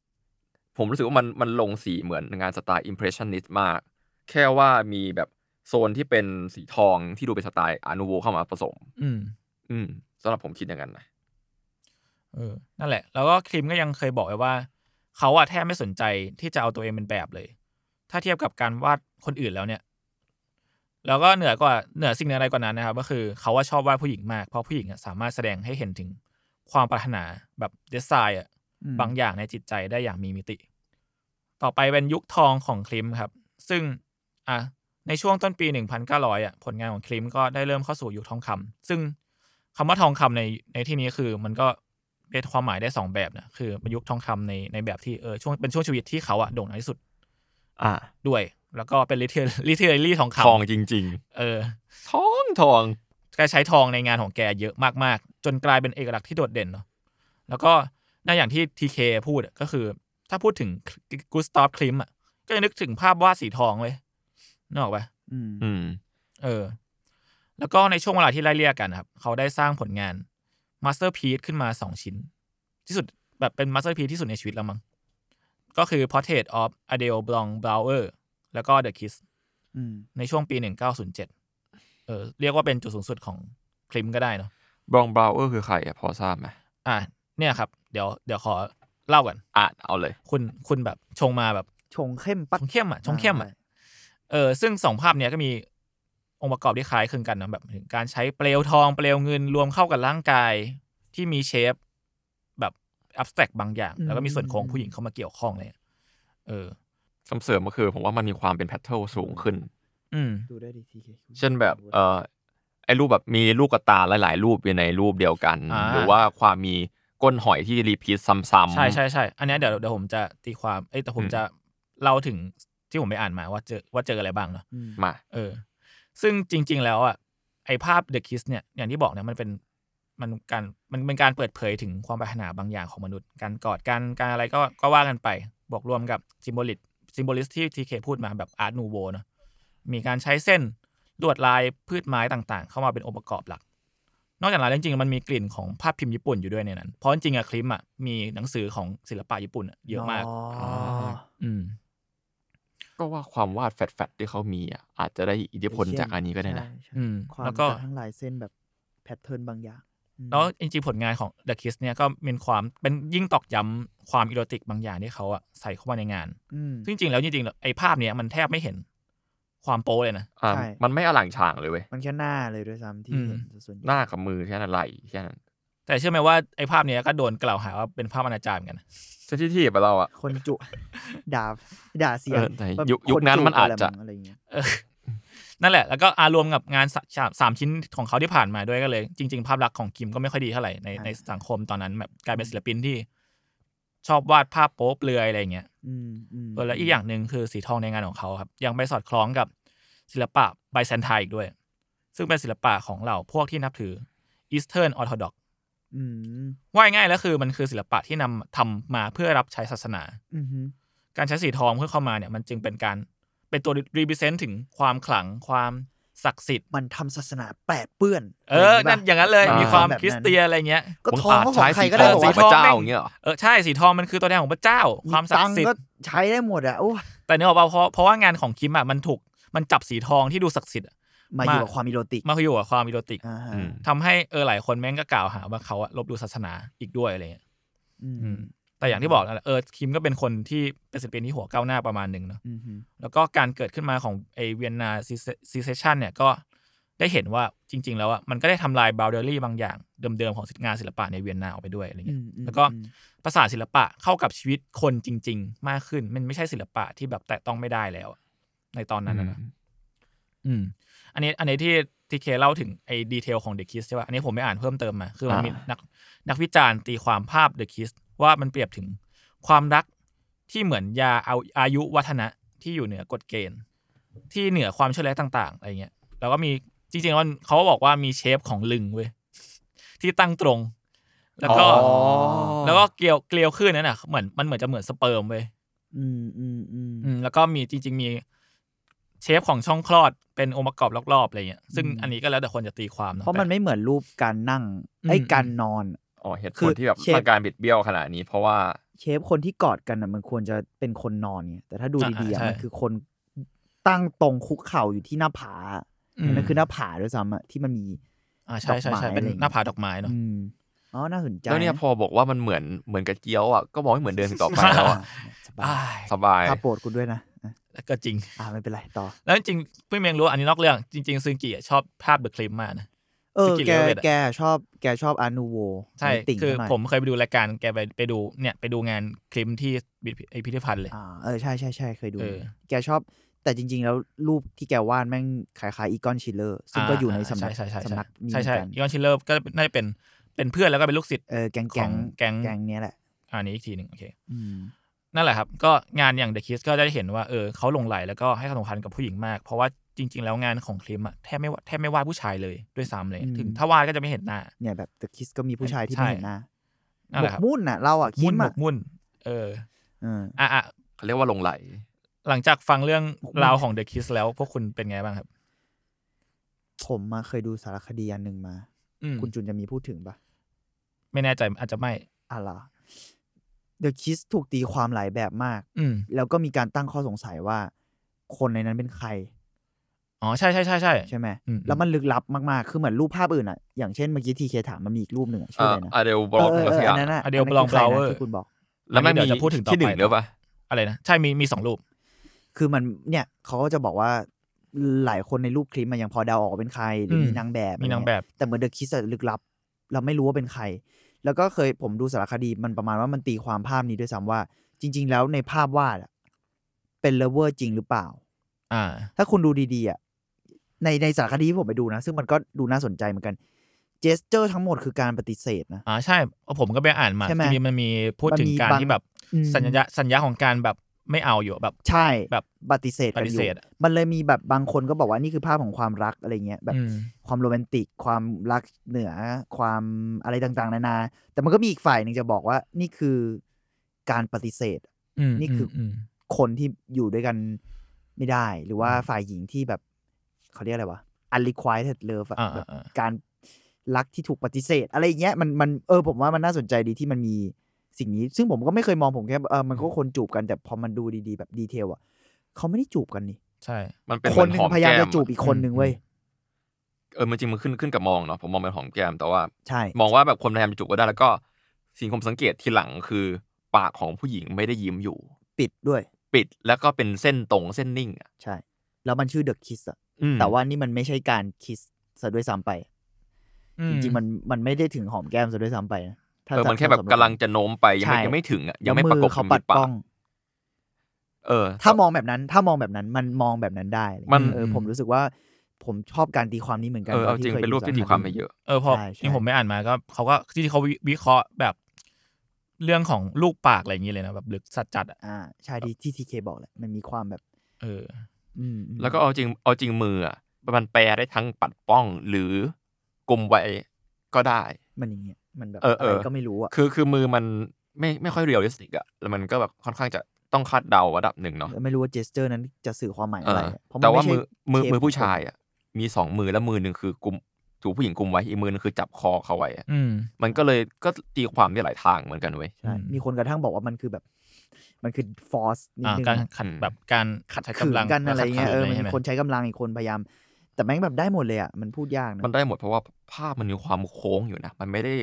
Speaker 4: ผมรู้สึกว่ามันมันลงสีเหมือนงานสไตล์ impressionist มาก แค่ว่ามีแบบ โซนที่เป็นสีทองที่ดูเป็นสไตล์อานูโวเข้ามาผสม
Speaker 2: อืม
Speaker 4: อืมสำหรับผมคิดอย่างนั้นนะ
Speaker 2: เออ นั่นแหละ แล้วก็ครีมก็ยังเคยบอกไว้ว่า เขาอะแทบไม่สนใจที่จะเอาตัวเองเป็นแบบเลย ถ้าเทียบกับการวาดคนอื่นแล้วเนี่ย แล้วก็เหนือกว่าเหนือสิ่งเหนืออะไรกว่านั้นนะครับ ก็คือเขาว่าชอบวาดผู้หญิงมาก เพราะผู้หญิงอะสามารถแสดงให้เห็นถึงความปรารถนาแบบดีไซน์อะ
Speaker 3: อืม
Speaker 2: บางอย่างในจิตใจได้อย่างมีมิติ ต่อไปเป็นยุคทองของคลิมครับ ซึ่งอ่ะในช่วงต้นปี 1900อ่ะผลงานของคลิมก็ได้เริ่มเข้าสู่ยุคทองคำซึ่งคำว่าทองคำในในที่นี้คือมันก็เป็นความหมายได้สองแบบนะคือเป็นยุคทองคำในในแบบที่เออช่วงเป็นช่วงชีวิตที่เขาอ่ะโด่งดังที่สุด
Speaker 4: อ่า
Speaker 2: ด้วย แล้วก็เป็นลิเทอลิเทอรี่ทองคำ
Speaker 4: ทองจริง
Speaker 2: เออ
Speaker 4: ๆ ทองทอง
Speaker 2: แกใช้ทองในงานของแกเยอะมากๆ จนกลายเป็นเอกลักษณ์ที่โดดเด่นเนาะแล้วก็น่าอย่างที่ทีเคพูดอะก็คือ ถ้าพูดถึงกูสตอฟคลิมอ่ะก็จะนึกถึงภาพวาดสีทองเว้ยนึกออกปะ
Speaker 3: อืม
Speaker 4: อืม
Speaker 2: เออ แล้วก็ในช่วงเวลาที่ไล่เลี่ยกันนะครับ เขาได้สร้างผลงานมาสเตอร์พี e ขึ้นมาสองชิ้น ที่สุดแบบเป็นมาสเตอร์พี e ที่สุดในชีวิตแล้วมั้งก็คือ Portrait of Adele Blanc Bauer แล้วก็ The Kiss
Speaker 3: อืม
Speaker 2: ในช่วงปี 1907เออเรียกว่าเป็นจุดสูงสุดของคลิมก็ได้เนาะ
Speaker 4: บรองบราวเออร์คือใครอะพอทราบไหม
Speaker 2: อ่ะเนี่ยครับ เดี๋ยวเดี๋ยวขอเล่าก่อน
Speaker 4: อ่ะเอาเลย
Speaker 2: คุณคุณแบบชงมาแบบ
Speaker 3: ชงเข้มปั
Speaker 2: ชงเข้มอ่ะชงเข้มอ่ะ
Speaker 3: ใช่
Speaker 2: เออซึ่งสองภาพเนี้ยก็มีองค์ประกอบที่คล้ายคลึงกันนะแบบถึงการใช้เปลวทองเปลวเงินรวมเข้ากับร่างกายที่มีเชฟแบบอับสแตรกบางอย่าง แล้วก็มีส่วนโค้งผู้หญิงเข้ามาเกี่ยวข้องเลยเออ
Speaker 4: คำเสริมก็คือผมว่ามันมีความเป็นแพทเทิลสูงขึ้น
Speaker 2: อืม
Speaker 3: ดูได้ดีทีเค
Speaker 4: เช่นแบบเอ่อไอ้รูปแบบมีลูกกระตาหลาย ๆ รูปอยู่ในรูปเดียวกัน
Speaker 2: อ่า
Speaker 4: หรือว่าความมีก้นหอยที่รีพีทซ้ำๆ
Speaker 2: ใช่ใช่ใช่อันเนี้ยเดี๋ยวเดี๋ยวผมจะตีความเอ้ยแต่ผมจะเล่าถึงที่ผมไปอ่านมาว่าเจอว่าเจออะไรบ้างเนาะ
Speaker 3: อืม
Speaker 4: มา
Speaker 2: เออ ซึ่งจริง ๆ แล้วอ่ะไอภาพ The Kiss เนี่ยอย่างที่บอกเนี่ยมันเป็นมันการมันเป็นการเปิดเผยถึงความปรารถนาบางอย่างของมนุษย์ การกอดกันการอะไรก็ก็ว่ากันไป บวกรวมกับซิมโบลิสซิมโบลิสที่ทีเคพูดมาแบบอาร์ตนูโวเนาะมีการใช้เส้นลวดลายพืชไม้ต่างๆ เข้ามาเป็นองค์ประกอบหลัก นอกจากนั้นแล้วจริงๆ มันมีกลิ่นของภาพพิมพ์ญี่ปุ่นอยู่ด้วยในนั้น เพราะจริงๆอะคลิมอะมีหนังสือของศิลปะญี่ปุ่นอะเยอะมาก
Speaker 3: อ๋อ
Speaker 2: อืม
Speaker 4: ก็ว่าความวาดแฟดๆที่เขามีอ่ะอาจจะได้อิทธิพลจากอันนี้ก็ได้นะ
Speaker 3: ใช่ใช่
Speaker 2: อืม
Speaker 3: ความ
Speaker 2: แล้วก็
Speaker 3: ทั้งหลายเส้นแบบแพทเทิร์นบางอย่างอืม
Speaker 2: แล้วจริงๆผลงานของ The Kiss เนี่ยก็เป็นความเป็นยิ่งตอกย้ำความอีโรติกบางอย่างที่เขาอะใส่เข้ามาในงาน
Speaker 3: อืม
Speaker 2: ซึ่งจริงๆแล้วจริงๆแล้วไอ้ภาพเนี้ยมันแทบไม่เห็นความโป้เลยนะ
Speaker 4: อ่า
Speaker 3: ใช่
Speaker 4: มันไม่อลังฉางเลยเว้ย
Speaker 3: มันแค่หน้าเลยด้วยซ้ำที่
Speaker 2: อืม
Speaker 3: เห็นส่วนใญ่
Speaker 4: หน้ากับมือแค่นั้นไหล่แค่นั้น
Speaker 2: แต่เชื่อไหมว่าไอ้ภาพเนี้ยก็โดนกล่าวหาว่าเป็นภาพอนาจารเหมือนกันนะ
Speaker 4: เซนซิทีฟไปเราอ่ะ
Speaker 3: คนจุ
Speaker 2: <laughs>
Speaker 3: ด่าด่าเสียง
Speaker 4: เออแต่
Speaker 3: แบบ
Speaker 4: ยุคยุคนั้นมันอาจจะ
Speaker 3: ไรอย่างเงี้ย
Speaker 2: เออ <laughs> นั่นแหละ แล้วก็อารวมกับงานสามสามชิ้นของเขาที่ผ่านมาด้วยก็เลย จริง ๆ ภาพลักษณ์ของคิมก็ไม่ค่อยดีเท่าไหร่ในในสังคมตอนนั้นแบบกลายเป็นศิลปินที่ ชอบวาดภาพโป๊เปลือยอะไรอย่างเงี้ย
Speaker 3: อืมอืม
Speaker 2: เออและอีกอย่างหนึ่งคือสีทองในงานของเขาครับ ยังไปสอดคล้องกับศิลปะไบแซนไทน์อีกด้วย ซึ่งเป็นศิลปะของเหล่าพวกที่นับถืออีสเทิร์นออร์ o ดอก
Speaker 3: อืม
Speaker 2: ว่าง่ายๆแล้วคือมันคือศิลปะที่นำทำมาเพื่อรับใช้ศาสนา
Speaker 3: อืมฮึ
Speaker 2: การใช้สีทองเพื่อเข้ามาเนี่ยมันจึงเป็นการเป็นตัวรีเ e เซนต์ถึงความขลังความศักดิ์สิทธิ์
Speaker 3: มันทำศาสนาแปดเปื้อน
Speaker 2: เออนั่นอย่างนั้นเลย
Speaker 3: อ่
Speaker 2: มีความ
Speaker 3: แบบ
Speaker 2: คริสเตียนอะไรเงี้ย
Speaker 3: ก็
Speaker 4: มึง
Speaker 3: ทอง
Speaker 4: อาจ
Speaker 3: ก็ขอ
Speaker 4: ใช้
Speaker 3: งใคร
Speaker 4: สี
Speaker 3: ก็
Speaker 4: ท
Speaker 3: ได้
Speaker 4: อง
Speaker 3: ปะ
Speaker 2: สี
Speaker 4: ของ
Speaker 2: ท
Speaker 3: วะ
Speaker 4: พ
Speaker 2: อง
Speaker 4: ระเจ้า
Speaker 2: แม่ง
Speaker 4: อย่างเงี้ยเหรอ
Speaker 2: เออใช่สีทองมันคือตัวแทนของพระเจ้า ความศักดิ์สิท
Speaker 3: ตัง
Speaker 2: ธิ์
Speaker 3: ก็ใช้ได้หมดอะโอ้ย
Speaker 2: แต่เนี่ยบอกว่าเพราะเพราะว่างานของคิมอ่ะมันถูกมันจับสีทองที่ดูศักดิ์สิทธิ์อะ
Speaker 3: มา
Speaker 2: มา
Speaker 3: อยู่กับความอีโรติก
Speaker 2: มาอยู่กับความอีโรติก
Speaker 3: อ่าฮะ
Speaker 4: อืม
Speaker 2: ทำให้เออหลายคนแม่งก็กล่าวหาว่าเขาอะลบดูศาสนาอีกด้วยอะไรเงี้ย
Speaker 3: อืม
Speaker 2: อืมแต่อย่างที่บอกนั่นแหละเออคิมก็เป็นคนที่เป็นศิลปินที่หัวก้าวหน้าประมาณหนึ่งเนาะ
Speaker 3: อืมฮึ
Speaker 2: แล้วก็การเกิดขึ้นมาของไอเวียนนาซีเซชันเนี่ยก็ได้เห็นว่าจริง ๆ แล้วอะมันก็ได้ทำลายบาวเดอรี่บางอย่างเดิมๆของงานศิลปะในเวียนนาออกไปด้วยอะไร
Speaker 3: อื
Speaker 2: เงี้ย
Speaker 3: มอืม
Speaker 2: แล้วก็
Speaker 3: อืม
Speaker 2: ประสานศิลปะเข้ากับชีวิตคนจริง ๆ มากขึ้น มันไม่ใช่ศิลปะที่แบบแตะต้องไม่ได้แล้วอะในตอนนั้นนะนะ อืมอันนี้อันนี้ที่ทีเคเล่าถึงไอ้ดีเทลของ The Kiss ใช่ป่ะ อันนี้ผมไม่อ่านเพิ่มเติมมา คือมันมีนักนักวิจารณ์ตีความภาพ The Kiss ว่ามันเปรียบถึงความรักที่เหมือนยาเอาอายุวัฒนะที่อยู่เหนือกฎเกณฑ์ ที่เหนือความช่วยเหลือต่าง ๆ อะไรเงี้ย แล้วก็มีจริงๆมันเขาบอกว่ามีเชฟของลึงเว้ย <laughs> ที่ตั้งตรง แล้วก็
Speaker 4: อ๋อ
Speaker 2: แล้วก็เกลียวเกลียวขึ้นนั่นน่ะเหมือนมันเหมือนจะเหมือนสเปิร์มเว้ย
Speaker 3: อืมอืมอืม
Speaker 2: อืมแล้วก็มีจริง ๆ มีเชฟของช่องคลอดเป็นองค์ประกอบรอบๆอะไรเงี้ยซึ่ง
Speaker 3: อืม
Speaker 2: อันนี้ก็แล้วแต่คนจะตีความเนอะ
Speaker 3: เพราะมัน
Speaker 2: แต่
Speaker 3: ไม่เหมือนรูปการนั่ง
Speaker 2: อืม
Speaker 3: ไอ้ยการนอน
Speaker 4: อ๋อเหตุผ
Speaker 3: คือ
Speaker 4: ลที่แบบ
Speaker 3: เชฟ
Speaker 4: ร่างกายบิดเบี้ยวขนาดนี้ เพราะว่า
Speaker 3: เชฟคนที่กอดกันอ่ะมันควรจะเป็นคนนอนไงแต่ถ้าดู
Speaker 2: อ่า
Speaker 3: ดีๆอ่ะ
Speaker 2: ใช่
Speaker 3: มันคือคน ตั้งตรงคุกเข่าอยู่ที่หน้าผา
Speaker 2: อืม
Speaker 3: นั่นคือหน้าผาด้วยซ้ำอะที่มันมี
Speaker 2: อ่าใช่ใช่ใช่
Speaker 3: ดอกไม้
Speaker 2: เป็น
Speaker 3: อะไรอย่างเงี้ย
Speaker 2: หน้าผาดอกไม้เนาะ
Speaker 3: อืมอ๋อน่าสนใจ
Speaker 4: แล้วเนี่ยพอบอกว่ามันเหมือนเหมือนกับเกี๊ยวอ่ะก็มองไม่เหมือนเดิมอีกต่อไปแล้วอะ
Speaker 3: สบาย
Speaker 2: อ่า
Speaker 4: สบาย
Speaker 3: ภาพโปรดคุณด้วยนะอ่ะ
Speaker 2: ก็จริง
Speaker 3: อ่าไม่เป็นไรต่อ
Speaker 2: แล้วจริงๆพี่เมงรู้อันนี้นอกเรื่องจริงๆซึงกิอะชอบภาพเดอะคลิปมากนะ
Speaker 3: เออ
Speaker 2: สกิล
Speaker 3: แก
Speaker 2: เลเวลอะ
Speaker 3: แกชอบ แกชอบอานูโว
Speaker 2: ใช่
Speaker 3: ติ่ง
Speaker 2: คือ
Speaker 3: ขึ้นมา
Speaker 2: ผมเคยไปดูรายการแกไปไปดูเนี่ยไปดูงานคลิปที่ไอพิพิธภัณฑ์เลย
Speaker 3: อ่าเออ ใช่ใช่ใช่เคยดู
Speaker 2: เออ
Speaker 3: แกชอบ แต่จริง ๆ แล้วรูปที่แกวาดแม่งคล้ายๆอีกอนชิลเลอร์ ซึ่งก็อยู่ในสำนัก
Speaker 2: าใช่ใช่
Speaker 3: สำนักนี้
Speaker 2: ใช่
Speaker 3: เหมื
Speaker 2: ใช่
Speaker 3: อนกัน
Speaker 2: ยอนชิลเลอร์ก็น่าจะเป็นเป็นเพื่อนแล้วก็เป็นลูกศิษย์
Speaker 3: เออ แกง
Speaker 2: ของแก๊
Speaker 3: แก
Speaker 2: ง
Speaker 3: งแกงเนี้ยแหละ
Speaker 2: อันนี้อีกทีหนึ่งโอเค
Speaker 3: อืม
Speaker 2: นั่นแหละครับ ก็งานอย่างเดอะคิสก็ได้เห็นว่าเออเขาหลงไหลแล้วก็ให้ความสำคัญกับผู้หญิงมาก เพราะว่าจริง ๆ แล้วงานของคลิมอะแทบไม่วาแทบไม่วาดผู้ชายเลยด้วยซ้ำเลย
Speaker 3: อืม
Speaker 2: ถึงถ้าวาดก็จะไม่เห็นหน้า
Speaker 3: เนี่ยแบบตะคิสก็มีผู้ชายที่ไม่เห็นหน้า
Speaker 2: ใช่นั่น
Speaker 3: หม
Speaker 2: แหละ
Speaker 3: ก
Speaker 2: ครับ
Speaker 3: มุ่นน่ะ เราอ่ะคิ
Speaker 2: มุ่น
Speaker 3: ด
Speaker 2: หม
Speaker 3: มาก
Speaker 2: มุ่น เออ
Speaker 3: เออ
Speaker 2: อ่ะอ่ะ
Speaker 4: เขาเรียกว่าหลงไหล
Speaker 2: หลังจากฟังเรื่อง
Speaker 3: หมกมุ่น
Speaker 2: ราวของเดอะคิสแล้วพวกคุณเป็นไงบ้างครับ
Speaker 3: ผมมาเคยดูสารคดีอันหนึ่งมา
Speaker 2: อืม
Speaker 3: คุณจุนจะมีพูดถึงปะ
Speaker 2: ไม่แน่ใจอาจจะไม่
Speaker 3: อะไร The Kiss ถูกตีความหลายแบบมาก
Speaker 2: อืม
Speaker 3: แล้วก็มีการตั้งข้อสงสัยว่า คนในนั้นเป็นใคร
Speaker 2: อ๋อใช่ใช่ใช่ใช่
Speaker 3: ใช่ไหม
Speaker 2: อืม
Speaker 3: แล้วมันลึกลับมาก ๆ คือเหมือนรูปภาพอื่นอ่ะ อย่างเช่นเมื่อกี้ทีเคถามมันมีอีกรูปหนึ่งอะชื่ออะ
Speaker 4: อ่า
Speaker 3: ไรนะ
Speaker 4: อาเดลบล็อกหรือสัก
Speaker 3: เอออั
Speaker 4: อย่าน ง
Speaker 3: นั้นอ่ะ
Speaker 2: อ่ะ Adele
Speaker 3: นนั้นคืใครนะ
Speaker 2: Brown
Speaker 3: ที่คุณบอก
Speaker 4: แล้วมัน
Speaker 2: อันนี้เดี๋
Speaker 4: มี
Speaker 2: ยวจะพูดถึงต่อไป
Speaker 4: ที่หนึ่งด้วยปะ
Speaker 2: อะไรนะใช่มีมีสองรูป
Speaker 3: คือมันเนี่ยเขาก็จะบอกว่าหลายคนในรูปคลิปมันยังพอเดาออกว่าเป็นใครหรืออ
Speaker 2: ม
Speaker 3: มีนางแบบ
Speaker 2: มีนางแบบ
Speaker 3: อะไรเยแต่เหมือน The Kiss อะลึกลับ เราไม่รู้ว่าเป็นใคร แล้วก็เคยผมดูสารคดีมันประมาณว่ามันตีความภาพนี้ด้วยซ้ำว่า จริง ๆ แล้วในภาพวาดอะเป็นเลเวอร์จริงหรือเปล่า
Speaker 2: อ่า
Speaker 3: ถ้าคุณดูดีๆอ่ะในในสารคดีที่ผมไปดูนะ ซึ่งมันก็ดูน่าสนใจเหมือนกันเจสเจอร์ทั้งหมดคือการปฏิเสธนะ
Speaker 2: อ่าใช่เพราะผมก็ไปอ่านมา
Speaker 3: ใช่ไหม
Speaker 2: จะมีมันมีพูดถึง
Speaker 3: มันมี
Speaker 2: การ
Speaker 3: บาง
Speaker 2: ที่แบบ
Speaker 3: อืม
Speaker 2: สัญญาสัญญาของการแบบไม่เอาอยู่แบบ
Speaker 3: ใช่
Speaker 2: แบบ
Speaker 3: ปฏิเสธกันอ
Speaker 2: ปฏิ
Speaker 3: ยู่
Speaker 2: เสธอะ
Speaker 3: มันเลยมีแบบบางคนก็บอกว่านี่คือภาพของความรักอะไรเงี้ยแบบ
Speaker 2: อืม
Speaker 3: ความโรแมนติก ความรักเหนือ ความอะไรต่างๆ นานา แต่มันก็มีอีกฝ่ายหนึ่งจะบอกว่านี่คือการปฏิเสธ
Speaker 2: อืม
Speaker 3: นี่คือ
Speaker 2: มม
Speaker 3: คนที่อยู่ด้วยกันไม่ได้ หรือว่าฝ่ายหญิงที่แบบเขาเรียกอะไรวะ unrequited love อะ
Speaker 2: อ่า
Speaker 3: แบบ
Speaker 2: อ่า
Speaker 3: การรักที่ถูกปฏิเสธ อะไรอย่างเงี้ยมันมันเออผมว่ามันน่าสนใจดีที่มันมีสิ่งนี้ ซึ่งผมก็ไม่เคยมองผมแค่เออมันก็คนจูบกันแต่พอมันดูดีๆ แบบดีเทลอะเขาไม่ได้จูบกันนี่
Speaker 2: ใช่
Speaker 4: มันเป็น
Speaker 3: คนห
Speaker 4: เห
Speaker 3: นึ
Speaker 4: มือง หอม
Speaker 3: พยายาม
Speaker 4: แก้
Speaker 3: จะ
Speaker 4: ม
Speaker 3: จูบอีกคนหนึ่งเว้ย
Speaker 4: เออมันจริงมันขึ้นขึ้นกับมองเนาะผมมองเป็นหอมแก้มแต่ว่า
Speaker 3: ใช่
Speaker 4: มองว่าแบบคนพยายามจะจูบก็ได้แล้วก็ สิ่งผมสังเกตทีหลังคือ ปากของผู้หญิงไม่ได้ยิ้มอยู่
Speaker 3: ปิดด้วย
Speaker 4: ปิดแล้วก็เป็นเส้นตรงเส้นนิ่งอ่ะ
Speaker 3: ใช่ แล้วมันชื่อ The Kiss อะ
Speaker 4: อืม
Speaker 3: แต่ว่านี่มันไม่ใช่การ kiss ซะด้วยซ้ำไป
Speaker 2: อื
Speaker 3: จริงๆมันมันไม่ได้ถึงหอมแก้มซะด้วยซ้ำไปนะถ้า
Speaker 4: เออมันแค่
Speaker 3: จำ
Speaker 4: แบบ
Speaker 3: สำห
Speaker 4: กำ
Speaker 3: รั
Speaker 4: ลังจะโน้มไปยังไม่
Speaker 3: ใช่
Speaker 4: ยังไม่ถึงอ่ะยังไม่
Speaker 3: แล้ว
Speaker 4: ป
Speaker 3: อ
Speaker 4: ระกบ
Speaker 3: เขา
Speaker 4: กับ
Speaker 3: ปัด
Speaker 4: ปา
Speaker 3: ป้อก ง
Speaker 4: เออ
Speaker 3: ถ้ามองแบบนั้นถ้ามองแบบนั้นมันมองแบบนั้นได้อะไรเงี้ย
Speaker 4: มัน
Speaker 3: เออผมรู้สึกว่าผมชอบการตีความนี้เหมือนกัน
Speaker 4: เออ
Speaker 3: ต
Speaker 4: เอา
Speaker 3: น
Speaker 4: จริง
Speaker 3: คย
Speaker 4: เป็นรูปที่ตี
Speaker 3: ส
Speaker 4: ความ
Speaker 3: ร
Speaker 4: ไป
Speaker 3: ดี
Speaker 4: เยอะ
Speaker 2: เออพอ
Speaker 3: ใช่ใช่
Speaker 2: ที่ผมไม่อ่านมาก็เขาก็ที่เขาวิวิเคราะห์แบบเรื่องของลูกปากอะไรอย่างนี้เลยนะแบบลึกสัจจัดอะ
Speaker 3: อ่าใช่ที่ที่ทีเคบอกแหละมันมีความแบบ
Speaker 2: เออ
Speaker 3: อืมอืม
Speaker 4: แล้วก็เอาจริงเอาจริงมืออ่ะมันแปลได้ทั้งปัดป้องหรือกลมไว้ก็ได้
Speaker 3: มันอย่างเงี้ยมันแบบ
Speaker 4: เออเอออ
Speaker 3: ไรก็ไม่รู้อ่ะ
Speaker 4: คือคือมือมันไม่ไม่ค่อยเรียลลิสติกอะแล้วมันก็แบบค่อนข้างจะต้องคาดเดาระดับหนึ่งเนาะ
Speaker 3: ไม่รู้ว่าเจสเจอร์นั้นจะสื่อความหมาย
Speaker 4: เอ
Speaker 3: อะไร
Speaker 4: อ
Speaker 3: อะเพราะน
Speaker 4: แต่ว่า
Speaker 3: ไใช่
Speaker 4: มือ
Speaker 3: เคส
Speaker 4: มือมือผู้ชายอะมีสองมือแล้วมือหนึ่งคือกุมถูกผู้หญิงกุมไว้อีกมือหนึงคือจับคอเขาไว้อะ
Speaker 2: อืม
Speaker 4: มันก็เลยก็ตีความได้หลายทางเหมือนกันเว้ย
Speaker 3: ใช่
Speaker 2: อืม
Speaker 3: มีคนกระทั่งบอกว่ามันคือแบบ มันคือฟอร์สนิด
Speaker 2: อ่า
Speaker 3: นึง
Speaker 2: การขัด
Speaker 4: อืม
Speaker 2: แบบการ
Speaker 3: ขัด
Speaker 2: ใช้
Speaker 3: ขืน
Speaker 2: กำลัง
Speaker 3: กันอะไรเงี้ยเออ
Speaker 2: ขัดขืะไรใช่
Speaker 3: มัน
Speaker 2: ไห
Speaker 3: คนใช้กำลังอีกคนพยายาม แต่แม่งแบบได้หมดเลยอ่ะมันพูดยากนะ
Speaker 4: มันได้หมดเพราะว่าภาพมันมีความโค้งอยู่นะ มันไม่ได้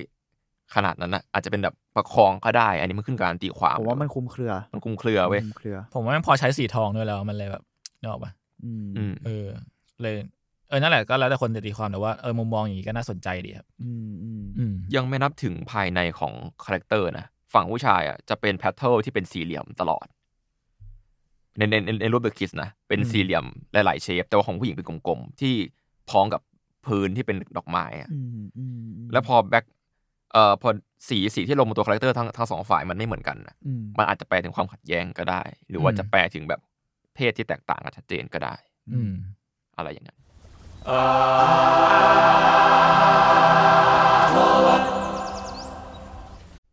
Speaker 4: ขนาดนั้นนะอาจจะเป็นแบบประคองก็ได้ อันนี้มันขึ้นกับการตีความ
Speaker 3: ผมว่ามันคลุมเครือ
Speaker 4: มันคลุมเครือเว้ย
Speaker 3: คลุมเครือ
Speaker 2: ผมว่ามันพอใช้สีทองด้วยแล้วมันเลยแบบนึกออกปะ
Speaker 3: อืม
Speaker 4: อืม
Speaker 2: เออเลยเออนั่นแหละก็แล้วแต่คนจะตีความแต่ว่าเออมุมมองอย่างนี้ก็น่าสนใจดีครับ
Speaker 3: อืมอืม
Speaker 2: อืม
Speaker 4: ยังไม่นับถึงภายในของคาแรคเตอร์นะฝั่งผู้ชายอ่ะจะเป็นแพทเทิร์นที่เป็นสี่เหลี่ยมตลอดในในในในรูปเดอะคิสนะเป็น
Speaker 3: อืม
Speaker 4: สี่เหลี่ยมหลายๆเชฟแต่ว่าของผู้หญิงเป็นกลมๆที่พ้องกับพื้นที่เป็นดอกไม้อะ
Speaker 3: อืมอืมม
Speaker 4: แล้วพอแบ็คเอ่อพอสีสีที่ลงบนตัวคาแรคเตอร์ทั้งทั้งสองฝ่ายมันไม่เหมือนกันนะ
Speaker 3: อืม
Speaker 4: มันอาจจะแปลถึงความขัดแย้งก็ได้ หรือว่าจะแปลถึงแบบเพศที่แตกต่างกันชัดเจนก็ได้
Speaker 2: อืม
Speaker 4: อะไรอย่างนั้น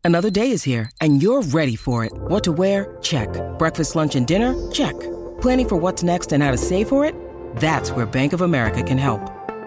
Speaker 5: Another day is here, and you're ready for it. What to wear? Check. Breakfast, lunch, and dinner? Check. Planning for what's next and how to save for it? That's where Bank of America can help.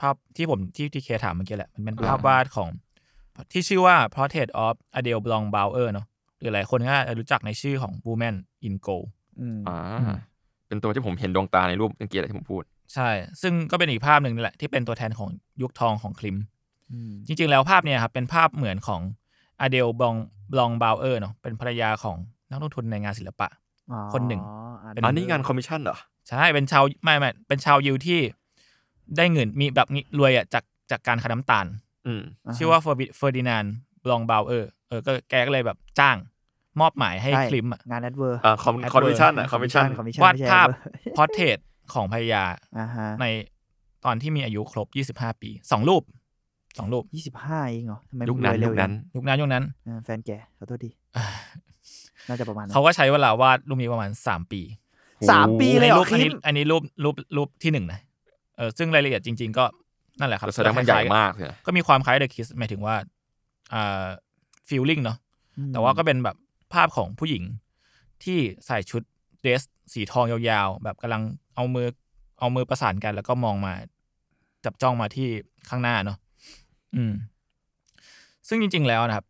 Speaker 2: ภาพที่ผมที่ที่เคถามเมื่อกี้แหละ มันเป็นภาพวาดของที่ชื่อว่า Portrait of Adele Blanc Bauer เนอะหรือหลายคนก็อาจจะรู้จักในชื่อของ Woman in Gold
Speaker 3: อืม
Speaker 4: อ่าเป็นตัวที่ผมเห็นดวงตาในรูปเมื่อกี้แหละที่ผมพูด
Speaker 2: ใช่ ซึ่งก็เป็นอีกภาพหนึ่งนี่แหละที่เป็นตัวแทนของยุคทองของคลิม
Speaker 3: อืม
Speaker 2: จริงๆ แล้วภาพเนี่ยครับเป็นภาพเหมือนของอเดลบองบลองบาวเออร์เนาะเป็นภรรยาของนักลงทุนในงานศิลปะ
Speaker 3: อ๋อ
Speaker 2: คนหนึ่ง
Speaker 3: อ่
Speaker 2: เป็น
Speaker 4: อันนี้งานคอมมิชชั่นเหรอ
Speaker 2: ใช่เป็นชาวไม่ไม่เป็นชาวยิวที่ได้เงินมีแบบนี้รวยอ่ะจากจากการขายน้ำตาล
Speaker 4: อืม
Speaker 3: ฮะ
Speaker 2: ชื่อว่าเฟอร์บิเฟอร์ดินานบลองบาวเออร์เออก็แกก็เลยแบบจ้างมอบหมายให้
Speaker 3: ใช่
Speaker 2: คลิมอะ
Speaker 3: งานแอดเวอร์
Speaker 4: อ่าคอม
Speaker 2: Adverb
Speaker 4: คอมมิชชั่นอ่ะคอมมิชชั่น
Speaker 3: คอมมิชชั่น
Speaker 2: วาด
Speaker 3: ไม่ใช่
Speaker 2: ภาพ
Speaker 3: adverb
Speaker 2: พอร์เทรตของภรรยา
Speaker 3: อ่าฮะ
Speaker 2: ในตอนที่มีอายุครบ 25 ปีสองรูปสองรูป
Speaker 3: ยี่สิบห้าเองเหรอทำไม
Speaker 4: ยุค
Speaker 3: มั
Speaker 4: นั้น
Speaker 3: รวเร็
Speaker 4: ยุ
Speaker 3: ว
Speaker 4: ค
Speaker 3: อย่าง
Speaker 4: นั้น
Speaker 2: ยุคนั้นยุคนั้น
Speaker 3: อ่าแฟนแกขอโทษ
Speaker 2: <sighs>
Speaker 3: ดี น่าจะประมาณนั้น
Speaker 2: เขาก็ใช้เวลาวาดรูปนี้ประมาณ 3 ปี
Speaker 3: สามปีเลยเหรอ
Speaker 2: ป
Speaker 3: คลิ
Speaker 2: นี้
Speaker 3: ป
Speaker 2: อันนี้รูปรูปรูปที่หนึ่งนะ เออซึ่งรายละเอียดจริง ๆ ก็นั่นแหละครับ
Speaker 4: แสดงมันใหญ่มากเลยนะ
Speaker 2: ก็มีความคล้ายเดอะคิสหมายถึงว่าอ่าฟิลลิ่งเนาะแต่ว่าก็เป็นแบบภาพของผู้หญิงที่ใส่ชุดเดรสสีทองยาวๆ แบบกำลังเอามือเอามือประสานกันแล้วก็มองมา จับจ้องมาที่ข้างหน้าเนาะอืม ซึ่งจริง ๆ แล้วนะครับ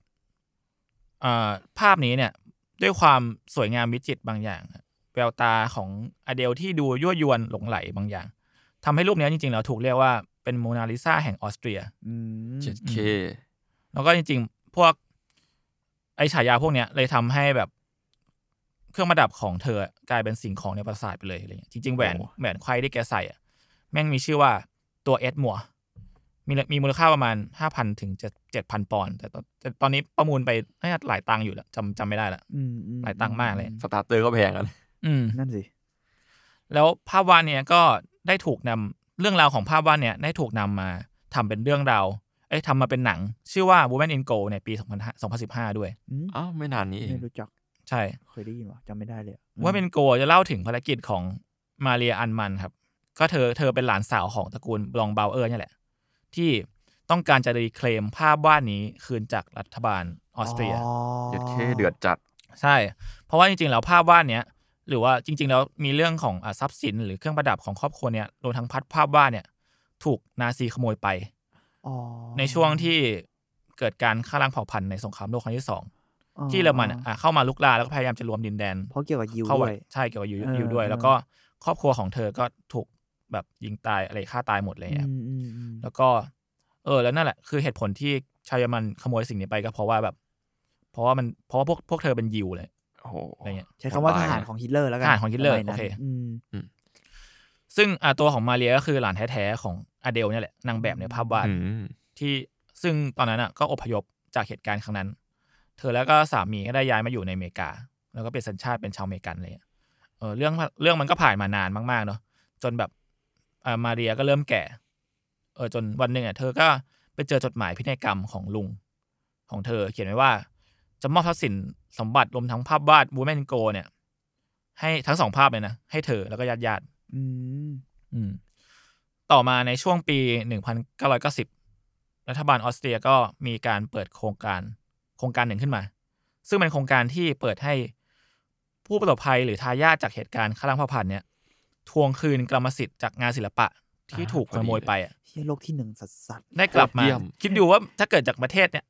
Speaker 2: อ่าภาพนี้เนี่ย ด้วยความสวยงามวิจิตรบางอย่าง แววตาของอเดลที่ดูยั่วยวนหลงไหลบางอย่างทำให้รูปเนี้ยจริงๆแล้วถูกเรียกว่าเป็นโมนาลิซาแห่งออสเตรีย
Speaker 3: อืม
Speaker 4: เจ็ดเค
Speaker 2: แล้วก็จริงๆ พวก ไอฉายาพวกเนี้ยเลยทำให้แบบเครื่องประดับของเธอกลายเป็นสิ่งของในปราสาทไปเลยอะไรเงี้ยจริงๆแหวน
Speaker 4: โอ้
Speaker 2: แหวนไขว้ที่แกใส่อะแม่งมีชื่อว่าตัวเอสมัวมีมีมูลค่าประมาณห้าพันถึงเจ็ดพันปอนด์แต่ตอนแต่ตอนนี้ประมูลไปน่าจะหลายตังค์อยู่แล้วจำจำไม่ได้ละ
Speaker 3: อืมอื
Speaker 2: หลายตังค์มากเลย
Speaker 4: สตาร์เตอร์ก็แพงกัน
Speaker 2: อืม
Speaker 3: นั่นสิ
Speaker 2: แล้วภาพวาดเนี่ยก็ได้ถูกนำเรื่องราวของภาพวาดเนี่ยได้ถูกนำมาทำเป็นเรื่องราวเอ้ยทำมาเป็นหนัง ชื่อว่า Woman in Gold ในปี 2000 2015 ด้วย
Speaker 3: อืม
Speaker 4: อ้าว ไม่นานนี้เอง
Speaker 3: ไม่รู้จัก
Speaker 2: ใช่
Speaker 3: เคยได้ยินวะจำไม่ได้เลยอะ
Speaker 2: ว่าเป็นโกลจะเล่าถึงภารกิจของมาเรียอันมันครับ ก็เธอเธอเป็นหลานสาวของตระกูลบลองเบาเออร์เนี่ยแหละ ที่ต้องการจะรีเคลมภาพวาดนี้คืนจากรัฐบาลออสเตรีย
Speaker 4: เจ็ดเคเดือดจัด
Speaker 2: ใช่ เพราะว่าจริงๆ แล้วภาพวาดเนี้ยหรือว่าจริง ๆ แล้วมีเรื่องของอ่ะทรัพย์สินหรือเครื่องประดับของครอบครัวเนี้ยรวมทั้งพัดภาพวาดเนี่ย ถูกนาซีขโมยไป
Speaker 3: อ๋อ
Speaker 2: ในช่วงที่เกิดการฆ่าล้างเผ่าพันธุ์ในสงครามโลกครั้งที่สองที่เยอรมันอ่ะอ่ะเข้ามาลุกลานแล้วก็พยายามจะรวมดินแดน
Speaker 3: เพราะเกี่ยวกับยิว
Speaker 2: เข้า
Speaker 3: ด้
Speaker 2: ไว้
Speaker 3: วย
Speaker 2: ใช่เกี่ยวกับยู
Speaker 3: เออ
Speaker 2: ยูด้วย
Speaker 3: เออ
Speaker 2: แล้วก็ครอบครัวของเธอก็ถูกแบบยิงตายอะไรฆ่าตายหมดอะไรอย่างเงี้ย
Speaker 3: อืมอืมอืม
Speaker 2: แล้วก็ เออ แล้วนั่นแหละคือเหตุผลที่ชาวเยอรมันขโมยสิ่งนี้ไปก็เพราะว่าแบบ เพราะว่ามันเพราะว่าพวกพวกเธอเป็นยิวเลย
Speaker 4: โอ้โห
Speaker 2: อะไรเงี้ย
Speaker 3: ใช้คำว่าทหารของฮิตเลอร์แล้วกัน
Speaker 2: ทหารของฮิตเลอร์
Speaker 3: สมัยนั้น
Speaker 2: โอเค
Speaker 3: ม
Speaker 2: ซึ่งอ่ะตัวของมาเรียก็คือหลานแท้ๆของอเดลเนี่ยแหละนางแบบในภาพวาด
Speaker 4: อืม
Speaker 2: ที่ซึ่งตอนนั้นอ่ะก็อพยพจากเหตุการณ์ครั้งนั้น เธอแล้วก็สามีก็ได้ย้ายมาอยู่ในอเมริกา แล้วก็เป็นสัญชาติเป็นชาวอเมริกันอะไรเลยเออเรื่องเรื่องมันก็ผ่านมานานมากๆเนาะจนแบบเออมาเรียก็เริ่มแก่เออจนวันหนึ่งอ่ะเธอก็ไปเจอจดหมายพินัยกรรมของลุง ของเธอ เขียนไว้ว่า จะมอบทรัพย์สินสมบัติรวมทั้งภาพวาดบูแมนโกเนี่ย ให้ทั้งสองภาพเลยนะให้เธอแล้วก็ญาติญาติๆ
Speaker 3: อืม
Speaker 2: อืมต่อมาในช่วงปี 1990 รัฐบาลออสเตรียก็มีการเปิดโครงการโครงการหนึ่งขึ้นมา ซึ่งเป็นโครงการที่เปิดให้ผู้ประสบภัยหรือทายาทจากเหตุการณ์ฆ่าล้างเผ่าพันธุ์เนี่ยทวงคืนกรรมสิทธิ์จากงานศิลปะที่
Speaker 4: อ่า
Speaker 2: ถูกขโมยไปอะ
Speaker 3: เฮียโลกที่หนึ่งสัสสัส
Speaker 2: ได้กลับมา
Speaker 4: โคตรเยี่ยม
Speaker 2: คิดดูว่าถ้าเกิดจากประเทศเนี่ย